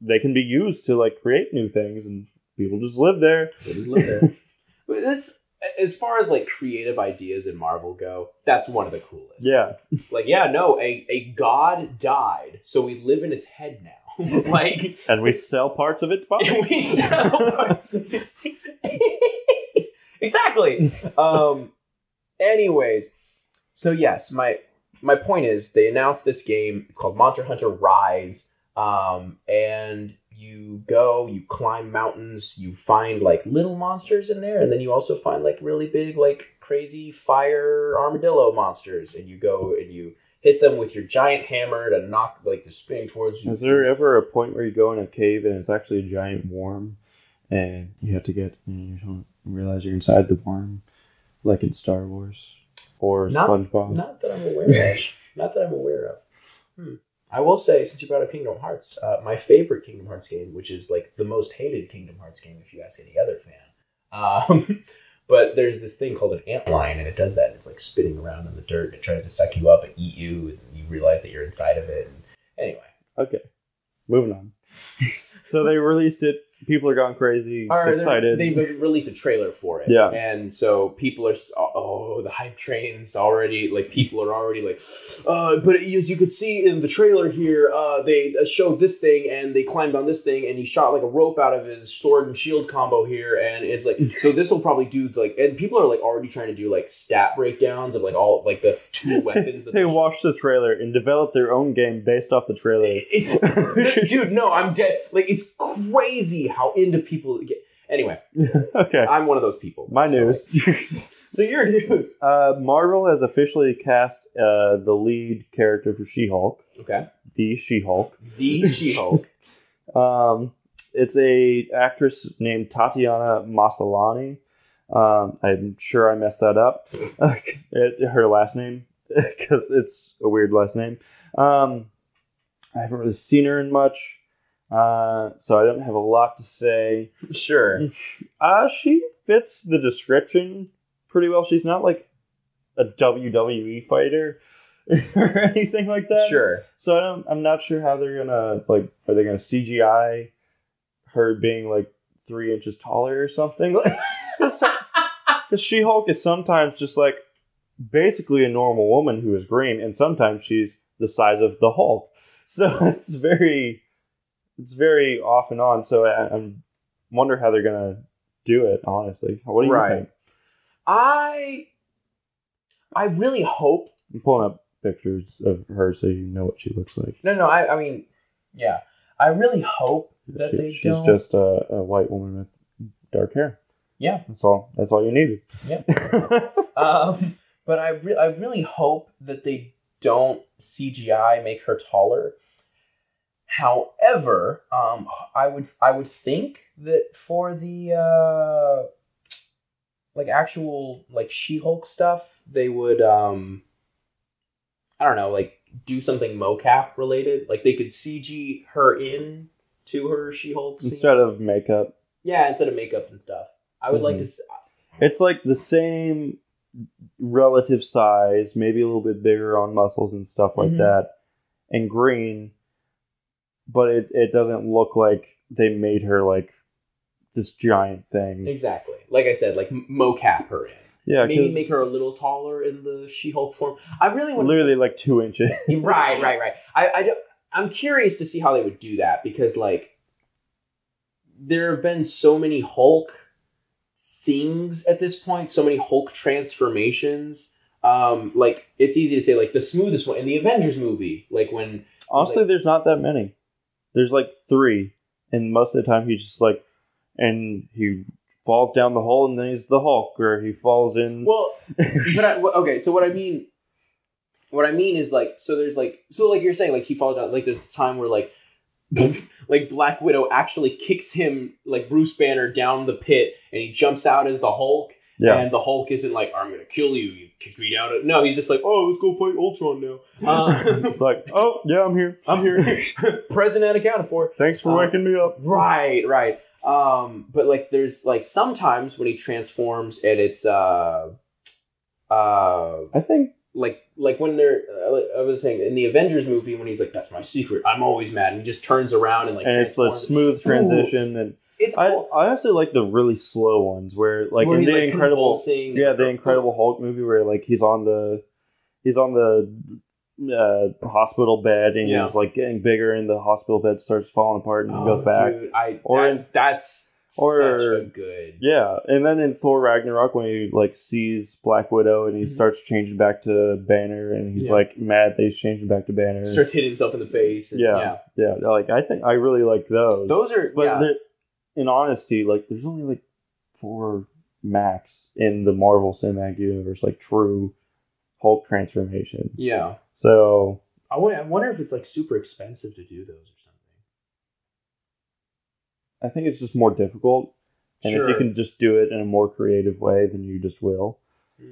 [SPEAKER 1] they can be used to like create new things, and people just live there.
[SPEAKER 2] They just live there.
[SPEAKER 1] (laughs)
[SPEAKER 2] But this. As far as like creative ideas in Marvel go, that's one of the coolest.
[SPEAKER 1] Yeah,
[SPEAKER 2] Like, yeah, no, a, a god died, so we live in its head now. (laughs) like,
[SPEAKER 1] and we sell parts of it to (laughs) Bobby.
[SPEAKER 2] (laughs) we sell. (laughs) exactly. Um. Anyways, so yes, my my point is they announced this game. It's called Monster Hunter Rise. Um, and you go, you climb mountains, you find like little monsters in there, and then you also find like really big, like crazy fire armadillo monsters, and you go and you hit them with your giant hammer to knock like the spinning towards
[SPEAKER 1] (laughs)
[SPEAKER 2] you.
[SPEAKER 1] Is there ever a point where you go in a cave and it's actually a giant worm, and you have to get and you don't realize you're inside the worm, like in Star Wars or
[SPEAKER 2] Not-
[SPEAKER 1] SpongeBob?
[SPEAKER 2] Not that I'm aware of. Not that I'm aware of. Hmm. I will say, since you brought up Kingdom Hearts, uh, my favorite Kingdom Hearts game, which is like the most hated Kingdom Hearts game, if you ask any other fan. Um, (laughs) but there's this thing called an ant lion, and it does that. It's like spinning around in the dirt. And it tries to suck you up and eat you, and you realize that you're inside of it. And anyway,
[SPEAKER 1] Okay, moving on. so they released it. People are gone crazy,
[SPEAKER 2] Or they're-
[SPEAKER 1] excited.
[SPEAKER 2] They've released a trailer for it.
[SPEAKER 1] Yeah.
[SPEAKER 2] And so people are, s- oh, the hype train's already, like, people are already like, uh, but as you could see in the trailer here, uh, they uh, showed this thing and they climbed on this thing and he shot like a rope out of his sword and shield combo here. And
[SPEAKER 1] (laughs)
[SPEAKER 2] it's like, so this will probably do like, and people are like already trying to do like stat breakdowns of like all, like the
[SPEAKER 1] (laughs)
[SPEAKER 2] two weapons that
[SPEAKER 1] They
[SPEAKER 2] showed.
[SPEAKER 1] watched the trailer and developed their own game based off the trailer. (laughs)
[SPEAKER 2] It's (laughs) dude, no, I'm dead. Like it's crazy how into people get. Anyway,
[SPEAKER 1] okay,
[SPEAKER 2] I'm one of those people.
[SPEAKER 1] my
[SPEAKER 2] So,
[SPEAKER 1] news. (laughs)
[SPEAKER 2] So your news.
[SPEAKER 1] Uh, Marvel has officially cast uh, the lead character for She-Hulk,
[SPEAKER 2] Okay.
[SPEAKER 1] the She-Hulk.
[SPEAKER 2] The (laughs) She-Hulk.
[SPEAKER 1] Um, it's a actress named Tatiana Maslany. Um, I'm sure I messed that up. (laughs) It- her last name (laughs) because it's a weird last name. Um, I haven't really seen her in much, uh, so I don't have a lot to say.
[SPEAKER 2] sure.
[SPEAKER 1] Uh, she fits the description pretty well. She's not like a WWE fighter (laughs) or anything like that.
[SPEAKER 2] Sure.
[SPEAKER 1] So I don't, I'm not sure how they're gonna like. Are they gonna CGI her being like three inches taller or something? (laughs) Like, because She Hulk is sometimes just like basically a normal woman who is green, and sometimes she's the size of the Hulk. (laughs) So it's very, it's very off and on. So I, I wonder how they're gonna do it. Honestly, what do you
[SPEAKER 2] Right.
[SPEAKER 1] think?
[SPEAKER 2] I I really hope
[SPEAKER 1] I'm pulling up pictures of her so you know what she looks like.
[SPEAKER 2] no no I I mean yeah. I really hope that
[SPEAKER 1] She-
[SPEAKER 2] they
[SPEAKER 1] she's
[SPEAKER 2] don't
[SPEAKER 1] just a, a white woman with dark hair.
[SPEAKER 2] Yeah.
[SPEAKER 1] that's all. That's all you needed.
[SPEAKER 2] Yeah. um but I re- I really hope that they don't CGI make her taller. However, um I would I would think that for the uh like actual like She-Hulk stuff, they would um I don't know, like do something mocap related. Like they could CG her in to her She-Hulk scenes.
[SPEAKER 1] (laughs) Instead of Mhm. makeup,
[SPEAKER 2] yeah, instead of makeup and stuff. I would like to s-
[SPEAKER 1] it's like the same relative
[SPEAKER 2] Mm-hmm.
[SPEAKER 1] size, maybe a little bit bigger on muscles and stuff like
[SPEAKER 2] Mhm.
[SPEAKER 1] that, and green. but it, it doesn't look like they made her like this giant thing.
[SPEAKER 2] Exactly. Like I said, like m- mocap her in.
[SPEAKER 1] Yeah,
[SPEAKER 2] Maybe
[SPEAKER 1] 'cause
[SPEAKER 2] make her a little taller in the She-Hulk form. I really want to
[SPEAKER 1] literally like two inches.
[SPEAKER 2] right, right, right. I, I don't, I'm curious to see how they would do that because like there have been so many Hulk things at this point, so many Hulk transformations. Um, like it's easy to say like the smoothest one in the Avengers movie, like when
[SPEAKER 1] Honestly, there's not that many. There's like three, and most of the time he's just like, and he falls down the hole, and then he's the Hulk, or he falls in.
[SPEAKER 2] well, but I, well, okay. So what I mean, what I mean is like so there's like so like you're saying like he falls down like there's the time where like (laughs) like Black Widow actually kicks him like Bruce Banner down the pit and he jumps out as the Hulk.
[SPEAKER 1] yeah,
[SPEAKER 2] And the Hulk isn't like, I'm gonna kill you, you kicked me down. No, he's just like, oh, let's go fight Ultron now.
[SPEAKER 1] (laughs)
[SPEAKER 2] (laughs) Uh,
[SPEAKER 1] it's like, oh yeah, I'm here. I'm here. (laughs)
[SPEAKER 2] present and accounted for.
[SPEAKER 1] Thanks for
[SPEAKER 2] Uh,
[SPEAKER 1] waking me up.
[SPEAKER 2] Right, right. Um, but like, there's like sometimes when he transforms and it's uh, uh,
[SPEAKER 1] I think
[SPEAKER 2] like like when they're uh, I was saying in the Avengers movie when he's like, that's my secret. I'm always mad, and he just turns around and like,
[SPEAKER 1] and it's a
[SPEAKER 2] transforms.
[SPEAKER 1] smooth transition, and
[SPEAKER 2] It's
[SPEAKER 1] I,
[SPEAKER 2] cool.
[SPEAKER 1] I honestly like the really slow ones where like
[SPEAKER 2] Where
[SPEAKER 1] in
[SPEAKER 2] he's,
[SPEAKER 1] the incredible
[SPEAKER 2] convulsing.
[SPEAKER 1] yeah the Incredible Hulk movie where like he's on the he's on the uh, hospital bed and
[SPEAKER 2] Yeah.
[SPEAKER 1] he's like getting bigger and the hospital bed starts falling apart and he
[SPEAKER 2] Oh,
[SPEAKER 1] goes back.
[SPEAKER 2] Dude, I
[SPEAKER 1] Or
[SPEAKER 2] or
[SPEAKER 1] in-
[SPEAKER 2] that's
[SPEAKER 1] or-
[SPEAKER 2] such a good.
[SPEAKER 1] Yeah, and then in Thor Ragnarok when he like sees Black Widow and he
[SPEAKER 2] Mhm.
[SPEAKER 1] starts changing back to Banner and he's
[SPEAKER 2] Yeah.
[SPEAKER 1] like mad that he's changing back to Banner.
[SPEAKER 2] starts hitting himself in the face. And,
[SPEAKER 1] Yeah.
[SPEAKER 2] yeah.
[SPEAKER 1] Yeah, like I think I really like those.
[SPEAKER 2] those are
[SPEAKER 1] but
[SPEAKER 2] yeah.
[SPEAKER 1] there- in honesty, like there's only like four max in the Marvel Cinematic Universe, like true Hulk transformations.
[SPEAKER 2] yeah.
[SPEAKER 1] So
[SPEAKER 2] I wonder, I wonder if it's like super expensive to do those or something.
[SPEAKER 1] I think it's just more difficult. And if you can just do it in a more creative way, then you just will.
[SPEAKER 2] Mm.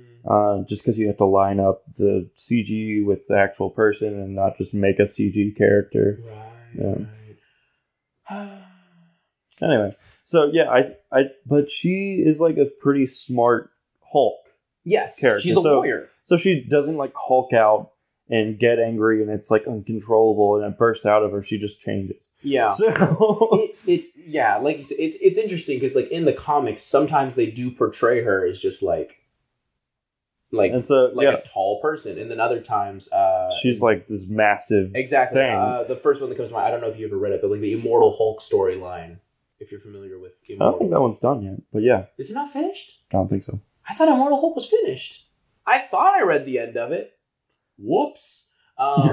[SPEAKER 1] Uh, just because you have to line up the CG with the actual person and not just make a CG character.
[SPEAKER 2] right. right.
[SPEAKER 1] Anyway, so yeah, I, I, but she is like a pretty smart Hulk.
[SPEAKER 2] (sighs) yes,
[SPEAKER 1] Character,
[SPEAKER 2] she's a
[SPEAKER 1] so-
[SPEAKER 2] lawyer.
[SPEAKER 1] So she doesn't like Hulk out and get angry and it's like uncontrollable and it bursts out of her. She just changes.
[SPEAKER 2] Yeah.
[SPEAKER 1] So
[SPEAKER 2] it, it yeah, like you said, it's it's interesting because like in the comics, sometimes they do portray her as just like (laughs) like
[SPEAKER 1] and so
[SPEAKER 2] like
[SPEAKER 1] yeah,
[SPEAKER 2] a tall person, and then other times uh,
[SPEAKER 1] she's like this massive.
[SPEAKER 2] Exactly.
[SPEAKER 1] thing.
[SPEAKER 2] Uh, the first one that comes to mind, I don't know if you ever read it, but like the Immortal Hulk storyline, if you're familiar with
[SPEAKER 1] I don't
[SPEAKER 2] Immortal.
[SPEAKER 1] think that one's done yet, but yeah,
[SPEAKER 2] Is it not finished?
[SPEAKER 1] I don't think so.
[SPEAKER 2] I thought Immortal Hulk was finished. I thought I read the end of it. Whoops. Um,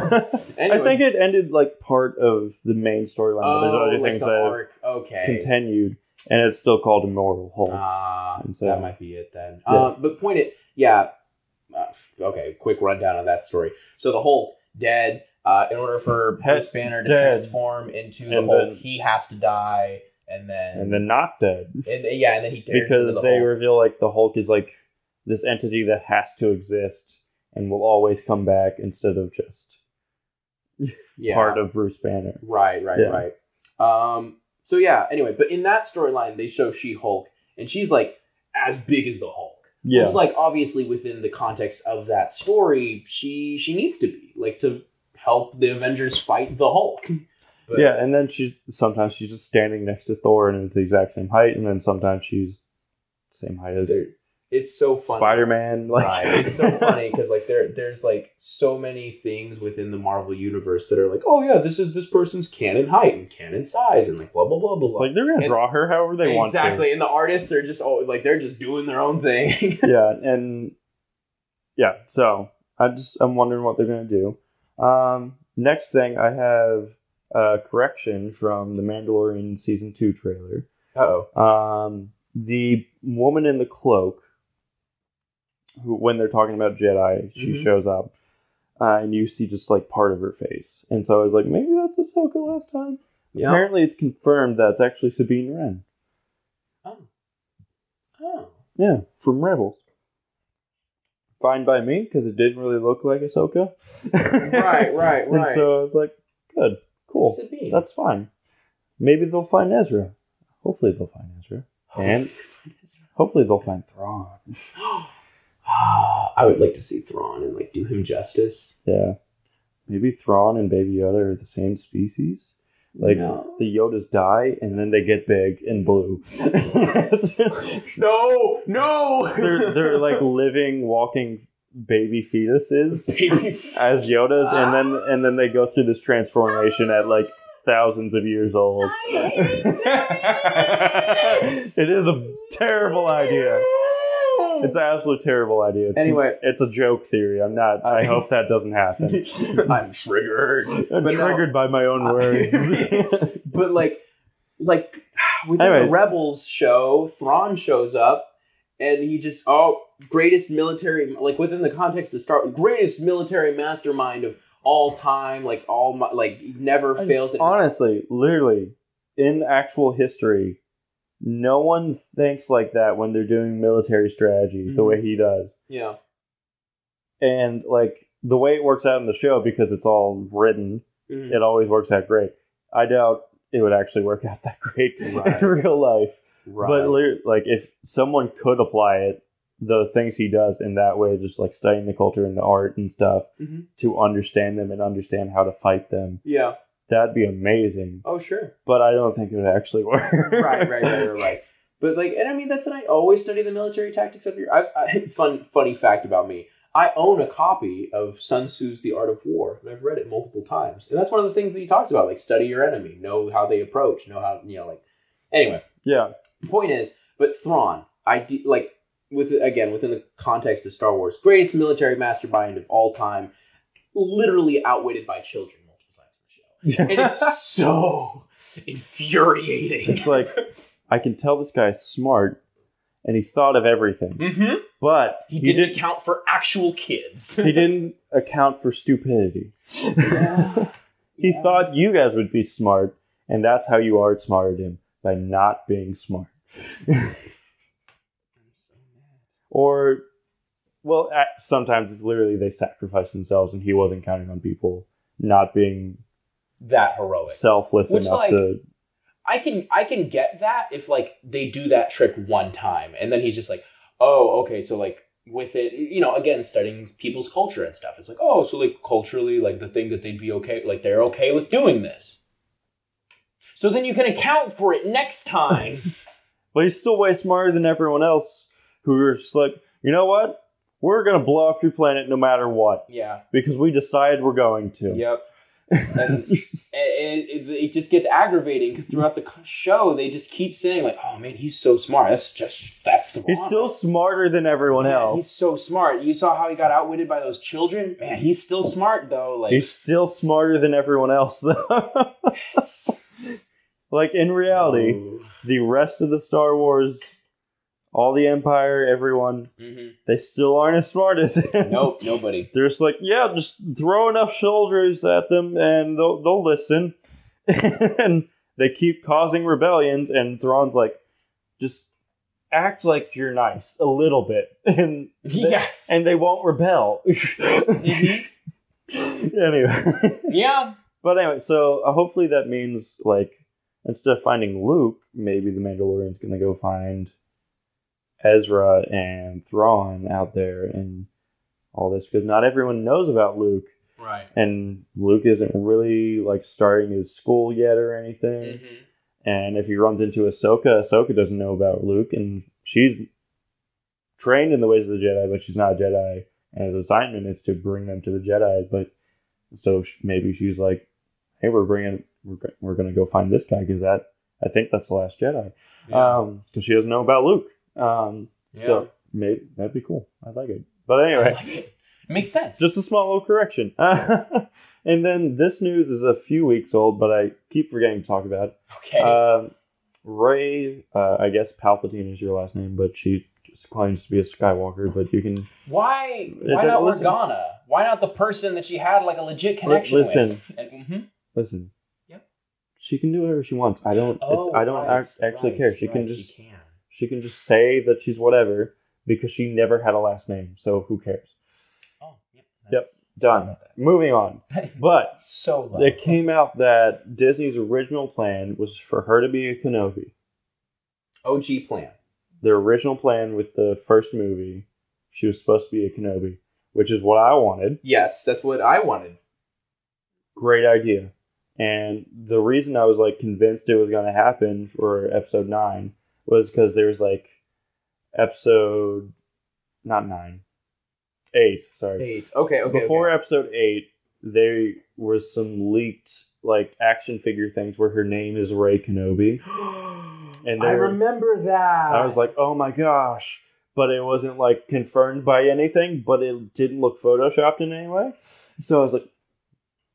[SPEAKER 1] (laughs)
[SPEAKER 2] anyway.
[SPEAKER 1] I think it ended like part of the main storyline. but
[SPEAKER 2] oh,
[SPEAKER 1] there's other
[SPEAKER 2] like
[SPEAKER 1] things
[SPEAKER 2] the
[SPEAKER 1] that have
[SPEAKER 2] arc. Okay.
[SPEAKER 1] continued, and it's still called Immortal Hulk.
[SPEAKER 2] Ah,
[SPEAKER 1] And so-
[SPEAKER 2] that might be it then.
[SPEAKER 1] Yeah.
[SPEAKER 2] Um, but point it, yeah. Uh, f- okay, quick rundown on that story. So the Hulk dead. Uh, in order for
[SPEAKER 1] Head-
[SPEAKER 2] Bruce Banner to
[SPEAKER 1] dead.
[SPEAKER 2] transform into the
[SPEAKER 1] And
[SPEAKER 2] Hulk,
[SPEAKER 1] then-
[SPEAKER 2] he has to die, and then
[SPEAKER 1] and then not dead
[SPEAKER 2] And then- yeah, and then he dared
[SPEAKER 1] because
[SPEAKER 2] into the
[SPEAKER 1] they
[SPEAKER 2] Hulk.
[SPEAKER 1] reveal like the Hulk is like this entity that has to exist and will always come back instead of just
[SPEAKER 2] yeah.
[SPEAKER 1] part of Bruce Banner.
[SPEAKER 2] right, right,
[SPEAKER 1] Yeah.
[SPEAKER 2] right. Um, so yeah, anyway, but in that storyline, they show She Hulk, and she's like as big as the Hulk.
[SPEAKER 1] Yeah,
[SPEAKER 2] It's like obviously within the context of that story, she she needs to be like to help the Avengers fight the Hulk. But,
[SPEAKER 1] yeah, and then she sometimes she's just standing next to Thor and it's the exact same height, and then sometimes she's same height as
[SPEAKER 2] dude, it's so funny.
[SPEAKER 1] Spider Man. Like
[SPEAKER 2] Right. It's so funny because like there there's like so many things within the Marvel universe that are like, oh yeah, this is this person's canon height and canon size and like blah blah blah blah
[SPEAKER 1] It's (laughs)
[SPEAKER 2] blah.
[SPEAKER 1] like they're gonna
[SPEAKER 2] And-
[SPEAKER 1] draw her however they want. to.
[SPEAKER 2] exactly and the artists are just oh like they're just doing their own thing (laughs)
[SPEAKER 1] yeah, and yeah, so I just I'm wondering what they're gonna do. Um, next thing I have a correction from the Mandalorian season two trailer.
[SPEAKER 2] oh
[SPEAKER 1] Um, the woman in the cloak, who when they're talking about Jedi, she
[SPEAKER 2] Mhm.
[SPEAKER 1] shows up, uh, and you see just like part of her face, and so I was like, maybe that's Ahsoka last time.
[SPEAKER 2] Yeah.
[SPEAKER 1] Apparently, it's confirmed that's actually Sabine Wren.
[SPEAKER 2] oh oh
[SPEAKER 1] Yeah, from Rebels. Fine by me because it didn't really look like Ahsoka.
[SPEAKER 2] (laughs) right right
[SPEAKER 1] (laughs) And
[SPEAKER 2] right
[SPEAKER 1] so I was like, good, cool,
[SPEAKER 2] It's Sabine.
[SPEAKER 1] that's fine. Maybe they'll find Ezra. Hopefully they'll find Ezra.
[SPEAKER 2] Oh, (laughs)
[SPEAKER 1] And hopefully they'll find Thrawn.
[SPEAKER 2] (gasps) i would like to see thrawn and like do him justice
[SPEAKER 1] Yeah. Maybe Thrawn and Baby Yoda are the same species. Like (laughs)
[SPEAKER 2] No.
[SPEAKER 1] the Yodas die and then they get big and blue. (laughs)
[SPEAKER 2] No, no.
[SPEAKER 1] they're they're
[SPEAKER 2] (laughs)
[SPEAKER 1] like (laughs) living, walking baby fetuses as Yodas, and then and then they go through this transformation at like thousands of years old.
[SPEAKER 2] (laughs)
[SPEAKER 1] it is a (laughs) terrible idea. It's an absolute terrible idea. It's,
[SPEAKER 2] Anyway.
[SPEAKER 1] it's a joke theory. I'm not. I hope that doesn't (laughs) happen.
[SPEAKER 2] (laughs) I'm triggered.
[SPEAKER 1] I'm
[SPEAKER 2] But no.
[SPEAKER 1] triggered by my own words.
[SPEAKER 2] (laughs) but like like (sighs) within
[SPEAKER 1] Anyway.
[SPEAKER 2] the rebels show thrawn shows up and he just oh greatest military like within the context of star greatest military mastermind of all time like all my, like never
[SPEAKER 1] I-
[SPEAKER 2] fails
[SPEAKER 1] (laughs)
[SPEAKER 2] at
[SPEAKER 1] Honestly, literally, in actual history, no one thinks like that when they're doing military strategy the
[SPEAKER 2] Mhm.
[SPEAKER 1] way he does.
[SPEAKER 2] yeah
[SPEAKER 1] And like the way it works out in the show, because it's all written,
[SPEAKER 2] Mhm.
[SPEAKER 1] it always works out great. I doubt it would actually work out that great (laughs)
[SPEAKER 2] Right.
[SPEAKER 1] in real life.
[SPEAKER 2] right
[SPEAKER 1] But lit- like, if someone could apply it, the things he does in that way, just like studying the culture and the art and stuff,
[SPEAKER 2] Mhm.
[SPEAKER 1] to understand them and understand how to fight them,
[SPEAKER 2] yeah
[SPEAKER 1] that'd be amazing.
[SPEAKER 2] oh sure
[SPEAKER 1] But I don't think it would actually (laughs) work.
[SPEAKER 2] right right right right right (laughs) but like and i mean that's an i always study the military tactics of your I, I, fun funny fact about me I own a copy of Sun Tzu's The Art of War, and I've read it multiple times. And that's one of the things that he talks about, like study your enemy, know how they approach, know how you know, like. Anyway,
[SPEAKER 1] Yeah,
[SPEAKER 2] point is, but Thrawn, I de- like with again within the context of Star Wars, greatest military mastermind of all time, literally outwitted by children multiple times in the show, and (laughs) it's so
[SPEAKER 1] (laughs)
[SPEAKER 2] infuriating.
[SPEAKER 1] It's like- I can tell this guy's smart, and he thought of everything,
[SPEAKER 2] hmm
[SPEAKER 1] but
[SPEAKER 2] he didn't account for actual
[SPEAKER 1] (laughs)
[SPEAKER 2] kids.
[SPEAKER 1] he didn't account for stupidity. He
[SPEAKER 2] Yeah.
[SPEAKER 1] thought you guys would be smart, and that's how you are smarted him by not being smart.
[SPEAKER 2] I'm so mad.
[SPEAKER 1] Or, well, a- sometimes it's literally they sacrifice themselves, and he wasn't counting on people not being
[SPEAKER 2] that heroic.
[SPEAKER 1] selfless
[SPEAKER 2] Which,
[SPEAKER 1] enough
[SPEAKER 2] like,
[SPEAKER 1] to.
[SPEAKER 2] I can I can get that if like they do that trick one time and then he's just like, oh, okay, so like with it, you know, again studying people's culture and stuff. It's like, oh, so like culturally, like the thing that they'd be okay, like they're okay with doing this. So then you can account for it next time.
[SPEAKER 1] But he's still way smarter than everyone else who are just like, you know what? We're gonna blow up your planet no matter what
[SPEAKER 2] yeah.
[SPEAKER 1] because we decided we're going to. (laughs)
[SPEAKER 2] Yep. And it, it, it just gets aggravating because throughout the show they just keep saying like, "Oh man, he's so smart." That's just that's the.
[SPEAKER 1] He's
[SPEAKER 2] wrong
[SPEAKER 1] still smarter than everyone
[SPEAKER 2] Man,
[SPEAKER 1] else.
[SPEAKER 2] He's so smart. You saw how he got outwitted by those children. Man, he's still smart though. Like
[SPEAKER 1] He's still smarter than everyone else, (laughs) though. like in reality,
[SPEAKER 2] Oh.
[SPEAKER 1] the rest of the Star Wars, all the Empire, everyone,
[SPEAKER 2] Mhm.
[SPEAKER 1] they still aren't as smart as him.
[SPEAKER 2] Nope, nobody.
[SPEAKER 1] (laughs)
[SPEAKER 2] (laughs)
[SPEAKER 1] They're just like, yeah, just throw enough soldiers at them and they'll, they'll listen. (laughs) and they keep causing rebellions, and Thrawn's like, just act like you're nice a little bit, (laughs) and
[SPEAKER 2] yes.
[SPEAKER 1] and they won't rebel. (laughs)
[SPEAKER 2] Mhm.
[SPEAKER 1] anyway.
[SPEAKER 2] yeah.
[SPEAKER 1] But anyway, so uh, hopefully that means like instead of finding Luke, maybe the Mandalorian's gonna go find Ezra and Thrawn out there and all this because not everyone knows about Luke,
[SPEAKER 2] Right.
[SPEAKER 1] and Luke isn't really like starting his school yet or anything.
[SPEAKER 2] Mhm.
[SPEAKER 1] And if he runs into Ahsoka, Ahsoka doesn't know about Luke, and she's trained in the ways of the Jedi, but she's not a Jedi. And his assignment is to bring them to the Jedi. But so sh- maybe she's like, "Hey, we're bringing, we're, go- we're gonna go find this guy because that I think that's the last Jedi."
[SPEAKER 2] Yeah.
[SPEAKER 1] Um, 'cause because she doesn't know about Luke. Um,
[SPEAKER 2] Yeah.
[SPEAKER 1] so maybe that'd be cool. I like it. But
[SPEAKER 2] I
[SPEAKER 1] anyway,
[SPEAKER 2] like it. Makes sense.
[SPEAKER 1] just a small little correction. (laughs) and then this news is a few weeks old, but I keep forgetting to talk about. it.
[SPEAKER 2] okay.
[SPEAKER 1] Um, Ray, uh, I guess Palpatine is your last name, but she just claims to be a Skywalker. But you can
[SPEAKER 2] why?
[SPEAKER 1] it-
[SPEAKER 2] Why not
[SPEAKER 1] listen.
[SPEAKER 2] Organa? Why not the person that she had like a legit connection
[SPEAKER 1] listen.
[SPEAKER 2] with? And, mhm.
[SPEAKER 1] listen.
[SPEAKER 2] Yep.
[SPEAKER 1] She can do whatever she wants. I don't.
[SPEAKER 2] Oh,
[SPEAKER 1] it's, I don't
[SPEAKER 2] right,
[SPEAKER 1] act, actually
[SPEAKER 2] right,
[SPEAKER 1] care. She
[SPEAKER 2] right,
[SPEAKER 1] can just
[SPEAKER 2] She can.
[SPEAKER 1] she can just say that she's whatever because she never had a last name. So who cares?
[SPEAKER 2] Oh, yep.
[SPEAKER 1] Yep. Done. Moving on.
[SPEAKER 2] that's-
[SPEAKER 1] But
[SPEAKER 2] so low.
[SPEAKER 1] it came out that Disney's original plan was for her to be a Kenobi.
[SPEAKER 2] OG plan.
[SPEAKER 1] Their original plan with the first movie, she was supposed to be a Kenobi, which is what I wanted.
[SPEAKER 2] Yes, that's what I wanted.
[SPEAKER 1] Great idea. And the reason I was like convinced it was going to happen for episode nine was because there's like episode, not nine, eight, sorry.
[SPEAKER 2] Eight. Okay. Okay.
[SPEAKER 1] Before
[SPEAKER 2] (gasps) okay.
[SPEAKER 1] episode eight, there was some leaked like action figure things where her name is Ray Kenobi. and
[SPEAKER 2] I
[SPEAKER 1] there-
[SPEAKER 2] remember that.
[SPEAKER 1] I was like, oh my gosh. But it wasn't like confirmed by anything, but it didn't look photoshopped in any way. So I was like,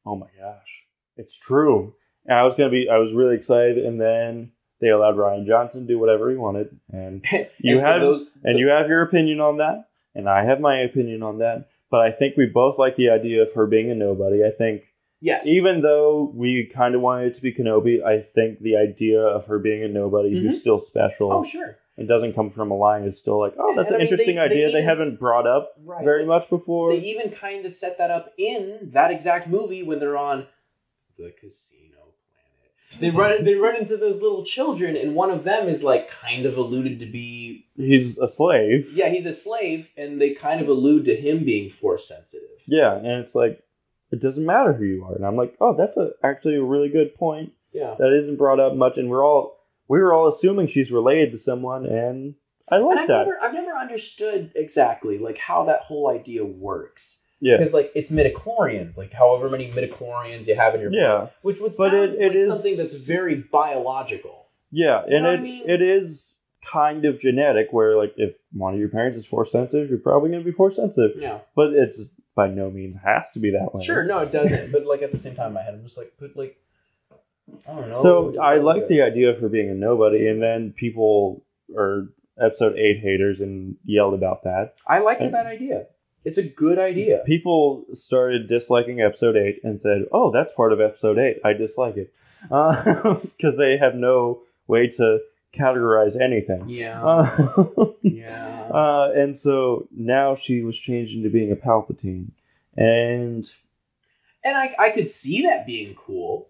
[SPEAKER 1] oh my gosh, it's true. And I was going to be, I was really excited. And then they allowed Ryan Johnson to do whatever he wanted. And,
[SPEAKER 2] (laughs) And
[SPEAKER 1] you
[SPEAKER 2] so
[SPEAKER 1] had-
[SPEAKER 2] those-
[SPEAKER 1] and you have your opinion on that. And I have my opinion on that. But I think we both like the idea of her being a nobody. I think
[SPEAKER 2] yes.
[SPEAKER 1] even though we kind of wanted it to be Kenobi, I think the idea of her being a nobody who's still special
[SPEAKER 2] Oh sure.
[SPEAKER 1] it doesn't come from a line It's still like, oh,
[SPEAKER 2] And-
[SPEAKER 1] that's
[SPEAKER 2] and
[SPEAKER 1] an
[SPEAKER 2] I mean,
[SPEAKER 1] interesting
[SPEAKER 2] they- they
[SPEAKER 1] idea they,
[SPEAKER 2] even s-
[SPEAKER 1] haven't brought up
[SPEAKER 2] Right.
[SPEAKER 1] very much before.
[SPEAKER 2] They even kind of set that up in that exact movie when they're on the casino planet. They run they run into those little children, and one of them is like kind of alluded to be
[SPEAKER 1] He's a slave.
[SPEAKER 2] yeah he's a slave, and they kind of allude to him being force sensitive.
[SPEAKER 1] Yeah, and it's like, it doesn't matter who you are. And I'm like, oh, that's a, actually a really good point
[SPEAKER 2] Yeah,
[SPEAKER 1] that isn't brought up much. And we're all we were all assuming she's related to someone, and I
[SPEAKER 2] and
[SPEAKER 1] like
[SPEAKER 2] I've
[SPEAKER 1] that.
[SPEAKER 2] never I've never understood exactly like how that whole idea works
[SPEAKER 1] yeah,
[SPEAKER 2] because like it's midichlorians, like however many midichlorians you have in your
[SPEAKER 1] yeah,
[SPEAKER 2] which would
[SPEAKER 1] But
[SPEAKER 2] sound
[SPEAKER 1] it- it
[SPEAKER 2] like
[SPEAKER 1] is-
[SPEAKER 2] something that's very biological.
[SPEAKER 1] yeah,
[SPEAKER 2] You
[SPEAKER 1] and
[SPEAKER 2] know
[SPEAKER 1] it
[SPEAKER 2] what I mean?
[SPEAKER 1] it is kind of genetic where like if one of your parents is force sensitive, you're probably gonna be force sensitive,
[SPEAKER 2] Yeah.
[SPEAKER 1] but it's by no means has to be that way.
[SPEAKER 2] Sure, no, it doesn't. But like at the same time, in my head, I'm just like, but like, I don't know.
[SPEAKER 1] So I like the idea of her being a nobody, and then people are episode eight haters and yelled about that.
[SPEAKER 2] I like that idea. It's a good idea.
[SPEAKER 1] People started disliking episode eight and said, "Oh, that's part of episode eight. I dislike it," (laughs) because they have no way to categorize anything. (laughs)
[SPEAKER 2] Yeah,
[SPEAKER 1] Uh,
[SPEAKER 2] yeah.
[SPEAKER 1] uh, and so now she was changed into being a Palpatine, and
[SPEAKER 2] and I, I could see that being cool.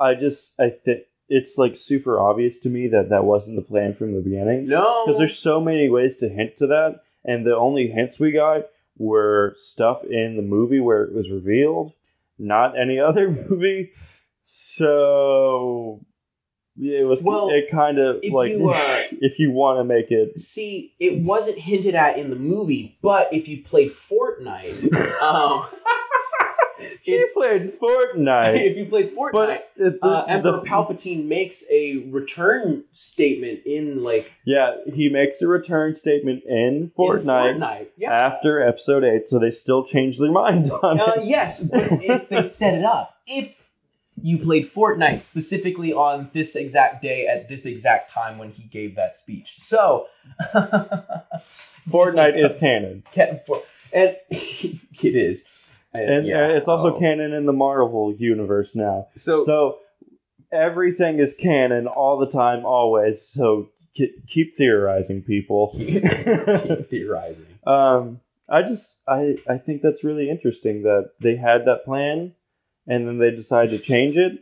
[SPEAKER 1] I just I think it's like super obvious to me that that wasn't the plan from the beginning.
[SPEAKER 2] No,
[SPEAKER 1] because there's so many ways to hint to that, and the only hints we got were stuff in the movie where it was revealed, not any (laughs) other movie. So yeah, it was
[SPEAKER 2] Well,
[SPEAKER 1] it kind of
[SPEAKER 2] if
[SPEAKER 1] like
[SPEAKER 2] you, uh,
[SPEAKER 1] (laughs) if you want to make it,
[SPEAKER 2] see, it wasn't hinted at in the movie, but if you played
[SPEAKER 1] (laughs)
[SPEAKER 2] Fortnite, um,
[SPEAKER 1] he
[SPEAKER 2] it's-
[SPEAKER 1] played Fortnite,
[SPEAKER 2] if you played (laughs) Fortnite,
[SPEAKER 1] but it, the,
[SPEAKER 2] uh, Emperor
[SPEAKER 1] the-
[SPEAKER 2] Palpatine makes a return statement in like
[SPEAKER 1] yeah, he makes a return statement in
[SPEAKER 2] in
[SPEAKER 1] Fortnite,
[SPEAKER 2] Fortnite. Yeah.
[SPEAKER 1] after episode eight, so they still changed their (laughs) mind on
[SPEAKER 2] Uh,
[SPEAKER 1] it.
[SPEAKER 2] yes,
[SPEAKER 1] (laughs)
[SPEAKER 2] but if they set it up, if you played Fortnite specifically on this exact day at this exact time when he gave that speech, so (laughs)
[SPEAKER 1] Fortnite is canon,
[SPEAKER 2] Cat- For- and (laughs) it is,
[SPEAKER 1] and uh,
[SPEAKER 2] yeah,
[SPEAKER 1] it's also
[SPEAKER 2] oh.
[SPEAKER 1] canon in the Marvel universe now.
[SPEAKER 2] So, (laughs)
[SPEAKER 1] So everything is canon all the time, always. So ke- keep theorizing, people.
[SPEAKER 2] theorizing.
[SPEAKER 1] um, I just I I think that's really interesting that they had that plan, and then they decided to change it.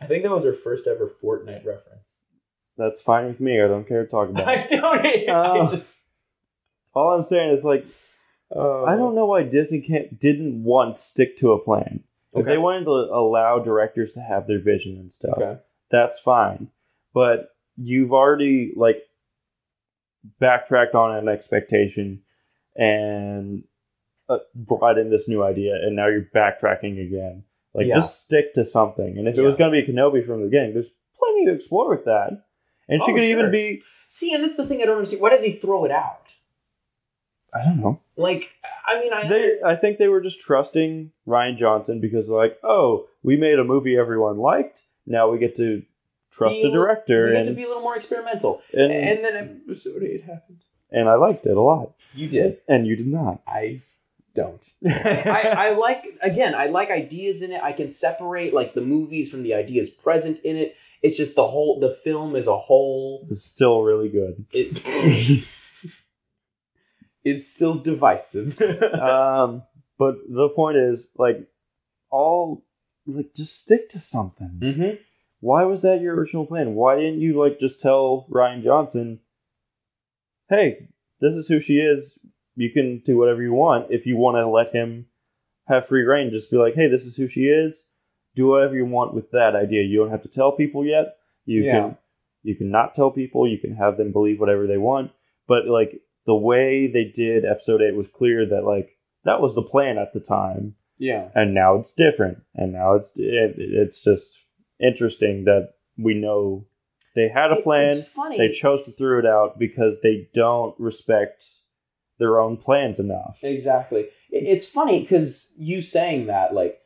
[SPEAKER 2] I think that was her first ever Fortnite reference.
[SPEAKER 1] That's fine with me. I don't care to talk about.
[SPEAKER 2] (laughs)
[SPEAKER 1] it.
[SPEAKER 2] I don't. I
[SPEAKER 1] (laughs) Oh.
[SPEAKER 2] just.
[SPEAKER 1] All I'm saying is like
[SPEAKER 2] Uh,
[SPEAKER 1] I don't know why Disney can't didn't once stick to a plan. If
[SPEAKER 2] Okay.
[SPEAKER 1] they wanted to allow directors to have their vision and stuff,
[SPEAKER 2] Okay.
[SPEAKER 1] that's fine. But you've already like backtracked on an expectation and uh, brought in this new idea, and now you're backtracking again. Like
[SPEAKER 2] Yeah.
[SPEAKER 1] just stick to something. And if it was
[SPEAKER 2] Yeah.
[SPEAKER 1] going to be Kenobi from the beginning, there's plenty to explore with that. And she
[SPEAKER 2] Oh,
[SPEAKER 1] could
[SPEAKER 2] sure.
[SPEAKER 1] even be
[SPEAKER 2] See, and that's the thing I don't understand. Why did they throw it out?
[SPEAKER 1] I don't know.
[SPEAKER 2] Like, I mean, I
[SPEAKER 1] They I think they were just trusting Ryan Johnson because they're like, oh, we made a movie everyone liked. Now we get to trust
[SPEAKER 2] Be-
[SPEAKER 1] a director
[SPEAKER 2] we
[SPEAKER 1] and,
[SPEAKER 2] get to be a little more experimental.
[SPEAKER 1] and
[SPEAKER 2] And then episode eight happened.
[SPEAKER 1] and I liked it a lot.
[SPEAKER 2] You did.
[SPEAKER 1] And you did not.
[SPEAKER 2] I don't. (laughs) I, I like again. I like ideas in it. I can separate like the movies from the ideas present in it. It's just the whole the film as a whole
[SPEAKER 1] (laughs) It's still really good.
[SPEAKER 2] it (laughs) is still divisive.
[SPEAKER 1] Um, but the point is, like, all like just stick to something.
[SPEAKER 2] mm-hmm.
[SPEAKER 1] Why was that your original plan? Why didn't you like just tell Ryan Johnson, "Hey, this is who she is. You can do whatever you want if you want to let him have free reign. Just be like, hey, this is who she is. do whatever you want with that idea. You don't have to tell people yet. You
[SPEAKER 2] Yeah.
[SPEAKER 1] can you can not tell people. You can have them believe whatever they want. But like the way they did episode eight was clear that like that was the plan at the time,
[SPEAKER 2] Yeah.
[SPEAKER 1] and now it's different. And now it's it, it's just interesting that we know they had a plan.
[SPEAKER 3] It's funny.
[SPEAKER 1] They chose to throw it out because they don't respect their own plans
[SPEAKER 2] (laughs)
[SPEAKER 1] enough.
[SPEAKER 2] Exactly. It- It's funny because you saying that, like,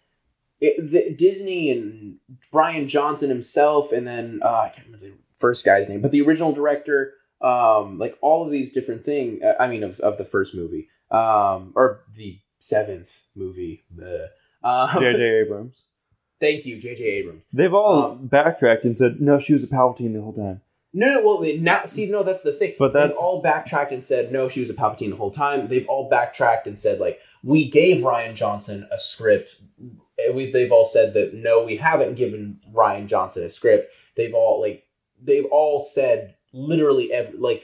[SPEAKER 2] it, the, Disney and Brian Johnson himself, and then uh, I can't remember the first guy's name, but the original director, um, like all of these different things. I mean, of, of the first movie, um, or the seventh movie. bleh. Um,
[SPEAKER 1] J.J. Abrams.
[SPEAKER 2] (laughs) thank you, J.J. Abrams.
[SPEAKER 1] They've all
[SPEAKER 2] Um,
[SPEAKER 1] backtracked and said, no, she was a Palpatine the whole time.
[SPEAKER 2] No, no, well, they- now see, no, that's the thing.
[SPEAKER 1] But that's-
[SPEAKER 2] they've all backtracked and said no, she was a Palpatine the whole time. They've all backtracked and said like we gave Ryan Johnson a script. And We, they've all said that no, we haven't given Ryan Johnson a script. They've all like they've all said literally every like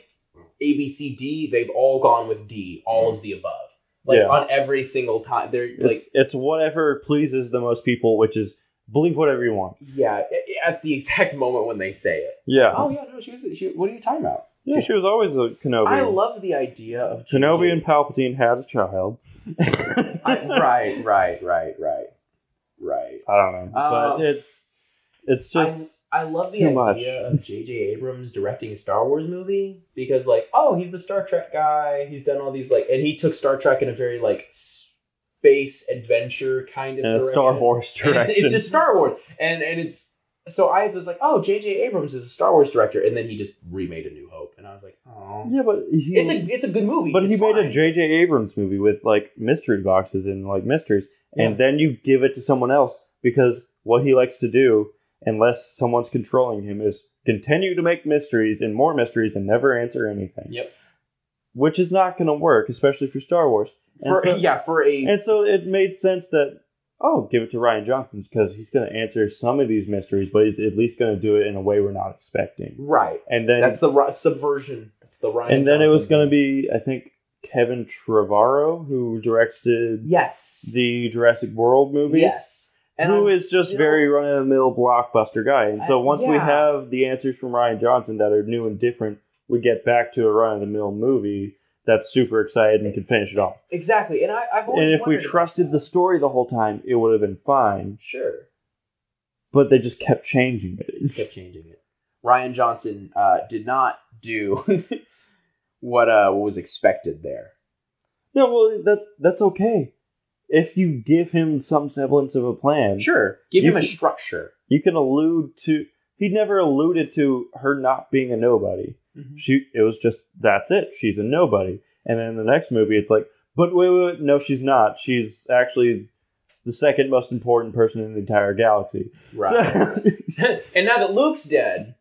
[SPEAKER 2] A B C D. They've all gone with D, all of the above, like
[SPEAKER 1] Yeah.
[SPEAKER 2] on every single time. They're
[SPEAKER 1] It's,
[SPEAKER 2] like
[SPEAKER 1] it's whatever pleases the most people, which is believe whatever you want.
[SPEAKER 2] yeah, a- at the exact (laughs) moment when they say it.
[SPEAKER 1] Yeah.
[SPEAKER 2] Oh yeah, no, she was. She, what are you talking about?
[SPEAKER 1] yeah, she was always a Kenobi.
[SPEAKER 2] I love the idea of
[SPEAKER 1] Kenobi
[SPEAKER 2] changing-
[SPEAKER 1] and Palpatine had a child.
[SPEAKER 2] I, (laughs)
[SPEAKER 1] I,
[SPEAKER 2] right, right, right, right, right.
[SPEAKER 1] don't know.
[SPEAKER 2] Um,
[SPEAKER 1] but it's it's just.
[SPEAKER 2] I love the
[SPEAKER 1] too
[SPEAKER 2] idea
[SPEAKER 1] much.
[SPEAKER 2] of J.J. Abrams directing a Star Wars movie because, like, oh, he's the Star Trek guy. He's done all these like, and he took Star Trek in a very like space adventure kind of
[SPEAKER 1] in a
[SPEAKER 2] direction.
[SPEAKER 1] Star Wars
[SPEAKER 2] And
[SPEAKER 1] direction.
[SPEAKER 2] it's, it's just Star Wars, and and it's so I was like, oh, J.J. Abrams is a Star Wars director, and then he just remade A New Hope, and I was like, oh,
[SPEAKER 1] yeah, but he,
[SPEAKER 2] it's a it's a good movie,
[SPEAKER 1] But he
[SPEAKER 2] It's
[SPEAKER 1] made a
[SPEAKER 2] fine.
[SPEAKER 1] J.J. Abrams movie with like mystery boxes and like mysteries, and then you give it to someone else because what he likes to do, unless someone's controlling him, is continue to make mysteries and more mysteries and never answer anything.
[SPEAKER 2] Yep.
[SPEAKER 1] Which is not going to work, especially for Star Wars. And
[SPEAKER 2] for
[SPEAKER 1] so-
[SPEAKER 2] yeah for a
[SPEAKER 1] And so it made sense that oh, give it to Ryan Johnson because he's going to answer some of these mysteries, but he's at least going to do it in a way we're not expecting.
[SPEAKER 2] right.
[SPEAKER 1] And then
[SPEAKER 2] That's the ri- subversion. That's the Ryan.
[SPEAKER 1] and then it was going to
[SPEAKER 2] to
[SPEAKER 1] be, I think, Kevin Trevorrow who directed
[SPEAKER 2] yes,
[SPEAKER 1] the Jurassic World movies.
[SPEAKER 2] yes,
[SPEAKER 1] who
[SPEAKER 2] I'm
[SPEAKER 1] is just
[SPEAKER 2] still-
[SPEAKER 1] very run of the mill blockbuster guy. And so
[SPEAKER 2] Uh,
[SPEAKER 1] once we
[SPEAKER 2] yeah.
[SPEAKER 1] have the answers from Ryan Johnson that are new and different, we get back to a run of the mill movie that's super excited and can finish it off.
[SPEAKER 2] exactly. And I, I've always
[SPEAKER 1] And if we
[SPEAKER 2] wondered-
[SPEAKER 1] trusted the story the whole time, it would have been fine.
[SPEAKER 2] sure,
[SPEAKER 1] But they just kept changing it.
[SPEAKER 2] just kept changing it. Ryan Johnson uh, did not do (laughs) what uh, what was expected there.
[SPEAKER 1] No, well that that's okay. If you give him some semblance of a plan,
[SPEAKER 2] Sure, give
[SPEAKER 1] You
[SPEAKER 2] him a
[SPEAKER 1] can-
[SPEAKER 2] structure.
[SPEAKER 1] you can allude to he never alluded to her not being a nobody she it was just that's it she's a nobody and then the next movie it's like but wait wait, wait no she's not she's actually the second most important person in the entire galaxy
[SPEAKER 2] Right.
[SPEAKER 1] So-
[SPEAKER 2] (laughs) and now that Luke's dead,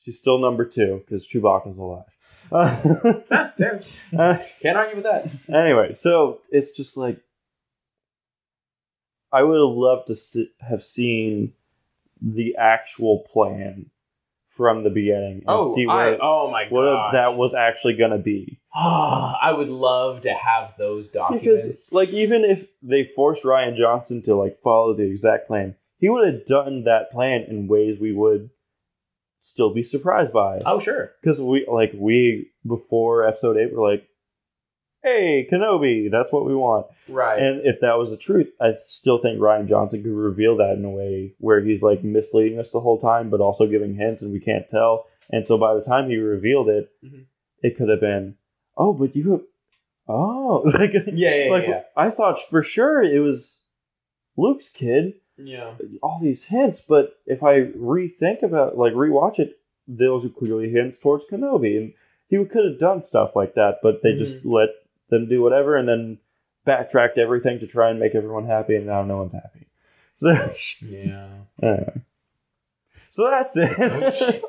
[SPEAKER 1] (laughs) she's still number two because chewbacca's alive Uh, (laughs) uh,
[SPEAKER 2] can't argue with that.
[SPEAKER 1] anyway so it's just like i would have loved to se- have seen the actual plan from the beginning and
[SPEAKER 2] Oh,
[SPEAKER 1] see
[SPEAKER 2] I-
[SPEAKER 1] where
[SPEAKER 2] oh my
[SPEAKER 1] what
[SPEAKER 2] god,
[SPEAKER 1] that was actually going to be.
[SPEAKER 2] I would love to have those documents.
[SPEAKER 1] Because, like, even if they forced Ryan Johnson to like follow the exact plan, he would have done that plan in ways we would still be surprised by.
[SPEAKER 2] oh sure.
[SPEAKER 1] Because we, like, we before episode eight were like, "Hey, Kenobi, that's what we want."
[SPEAKER 2] Right.
[SPEAKER 1] And if that was the truth, I still think Ryan Johnson could reveal that in a way where he's like misleading us the whole time, but also giving hints and we can't tell. And so by the time he revealed it,
[SPEAKER 2] Mhm.
[SPEAKER 1] it could have been, oh, but you, have, oh, (laughs) like,
[SPEAKER 2] yeah, yeah,
[SPEAKER 1] like
[SPEAKER 2] yeah.
[SPEAKER 1] I thought for sure it was Luke's kid.
[SPEAKER 2] Yeah.
[SPEAKER 1] All these hints, but if I rethink about like rewatch it, those are clearly hints towards Kenobi, and he could have done stuff like that, but they
[SPEAKER 2] Mm-hmm.
[SPEAKER 1] just let them do whatever and then backtracked everything to try and make everyone happy, and now no one's happy. (laughs) So,
[SPEAKER 2] Yeah. Oh,
[SPEAKER 1] anyway. so that's it.
[SPEAKER 2] (laughs)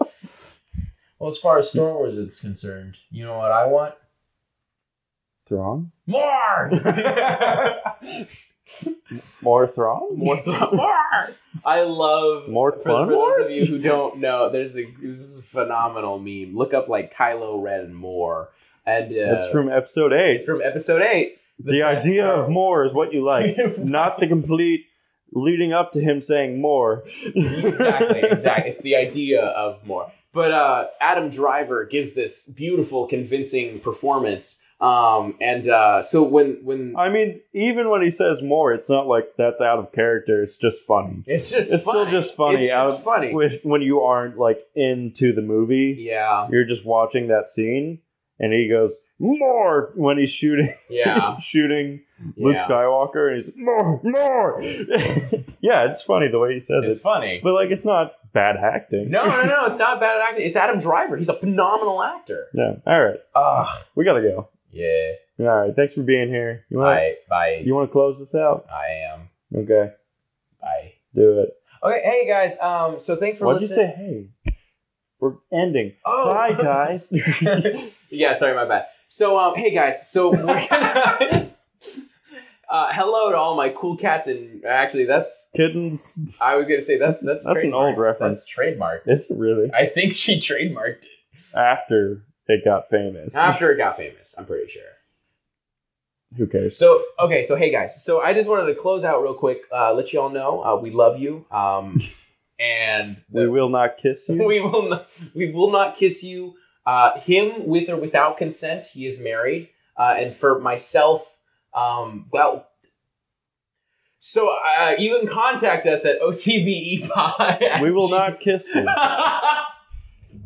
[SPEAKER 2] Well, as far as Star Wars is concerned, you know what I want? (laughs)
[SPEAKER 1] Thrawn,
[SPEAKER 2] More!
[SPEAKER 1] more Thrawn,
[SPEAKER 2] (laughs) more! More! I love.
[SPEAKER 1] More
[SPEAKER 2] for,
[SPEAKER 1] Clone
[SPEAKER 2] for those
[SPEAKER 1] Wars?
[SPEAKER 2] of you who don't know, there's a this is a phenomenal meme. Look up like Kylo Ren and more, and uh,
[SPEAKER 1] That's from episode eight.
[SPEAKER 2] it's from episode eight.
[SPEAKER 1] the
[SPEAKER 2] best
[SPEAKER 1] idea
[SPEAKER 2] Star (laughs)
[SPEAKER 1] of more is what you like, not the complete leading up to him saying more.
[SPEAKER 2] exactly, exactly. It's the idea of more. But uh, Adam Driver gives this beautiful, convincing performance. Um, and uh, so when when
[SPEAKER 1] I mean, even when he says more, it's not like that's out of character. It's just funny.
[SPEAKER 2] it's just
[SPEAKER 1] It's still
[SPEAKER 2] funny.
[SPEAKER 1] just funny.
[SPEAKER 2] It's just
[SPEAKER 1] Out-
[SPEAKER 2] funny.
[SPEAKER 1] Which, when you aren't like into the movie,
[SPEAKER 2] yeah,
[SPEAKER 1] you're just watching that scene, and he goes more when he's shooting
[SPEAKER 2] yeah,
[SPEAKER 1] shooting (laughs) Luke
[SPEAKER 2] yeah.
[SPEAKER 1] Skywalker, and he's more more. (laughs) yeah, it's funny the way he says
[SPEAKER 2] It's
[SPEAKER 1] it,
[SPEAKER 2] funny.
[SPEAKER 1] but like it's not bad acting.
[SPEAKER 2] No, no, no. It's not bad acting. It's Adam Driver. He's a phenomenal actor.
[SPEAKER 1] yeah. All right,
[SPEAKER 2] Ugh.
[SPEAKER 1] we gotta go.
[SPEAKER 2] Yeah.
[SPEAKER 1] All right, thanks for being here. You want
[SPEAKER 2] Bye. Bye.
[SPEAKER 1] you want to close this out?
[SPEAKER 2] I am.
[SPEAKER 1] Okay,
[SPEAKER 2] Bye.
[SPEAKER 1] do it.
[SPEAKER 2] Okay. Hey guys. Um. So thanks for
[SPEAKER 1] Why'd you
[SPEAKER 2] listening.
[SPEAKER 1] say hey? We're ending.
[SPEAKER 2] Oh.
[SPEAKER 1] Bye, guys.
[SPEAKER 2] (laughs) yeah, sorry, my bad. So, um, hey guys, so we're gonna, (laughs) uh, hello to all my cool cats and actually, that's
[SPEAKER 1] (laughs) Kittens.
[SPEAKER 2] I was gonna say that's that's
[SPEAKER 1] That's an old
[SPEAKER 2] trademarked.
[SPEAKER 1] reference.
[SPEAKER 2] That's trademarked.
[SPEAKER 1] Is it really?
[SPEAKER 2] I think she trademarked it
[SPEAKER 1] After it got famous.
[SPEAKER 2] after it got famous. I'm pretty sure.
[SPEAKER 1] Who cares?
[SPEAKER 2] So okay, so hey guys, so I just wanted to close out real quick. Uh, let you all know uh, we love you. Um, (laughs) and
[SPEAKER 1] We will not kiss you.
[SPEAKER 2] (laughs) we will not, we will not kiss you. Uh, him with or without consent. He is married. Uh, and for myself, um, well, so uh, you can contact us at E (laughs) OCBEPod.
[SPEAKER 1] We will not kiss you.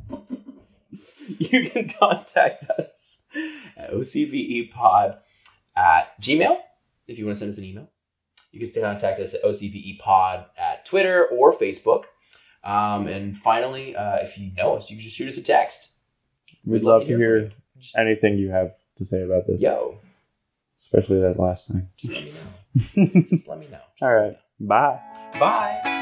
[SPEAKER 2] (laughs) you can contact us at OCVEPod E at Gmail if you want to send us an email. You can still contact us at OCVEPod E at Twitter or Facebook. Um, and finally, uh, if you know us, you can just shoot us a text.
[SPEAKER 1] (laughs) We'd love to
[SPEAKER 2] from
[SPEAKER 1] hear
[SPEAKER 2] you. Just,
[SPEAKER 1] anything you have to say about this,
[SPEAKER 2] yo,
[SPEAKER 1] especially that last thing. (laughs)
[SPEAKER 2] just let me know. just, just let me know.
[SPEAKER 1] All right. Bye.
[SPEAKER 2] Bye.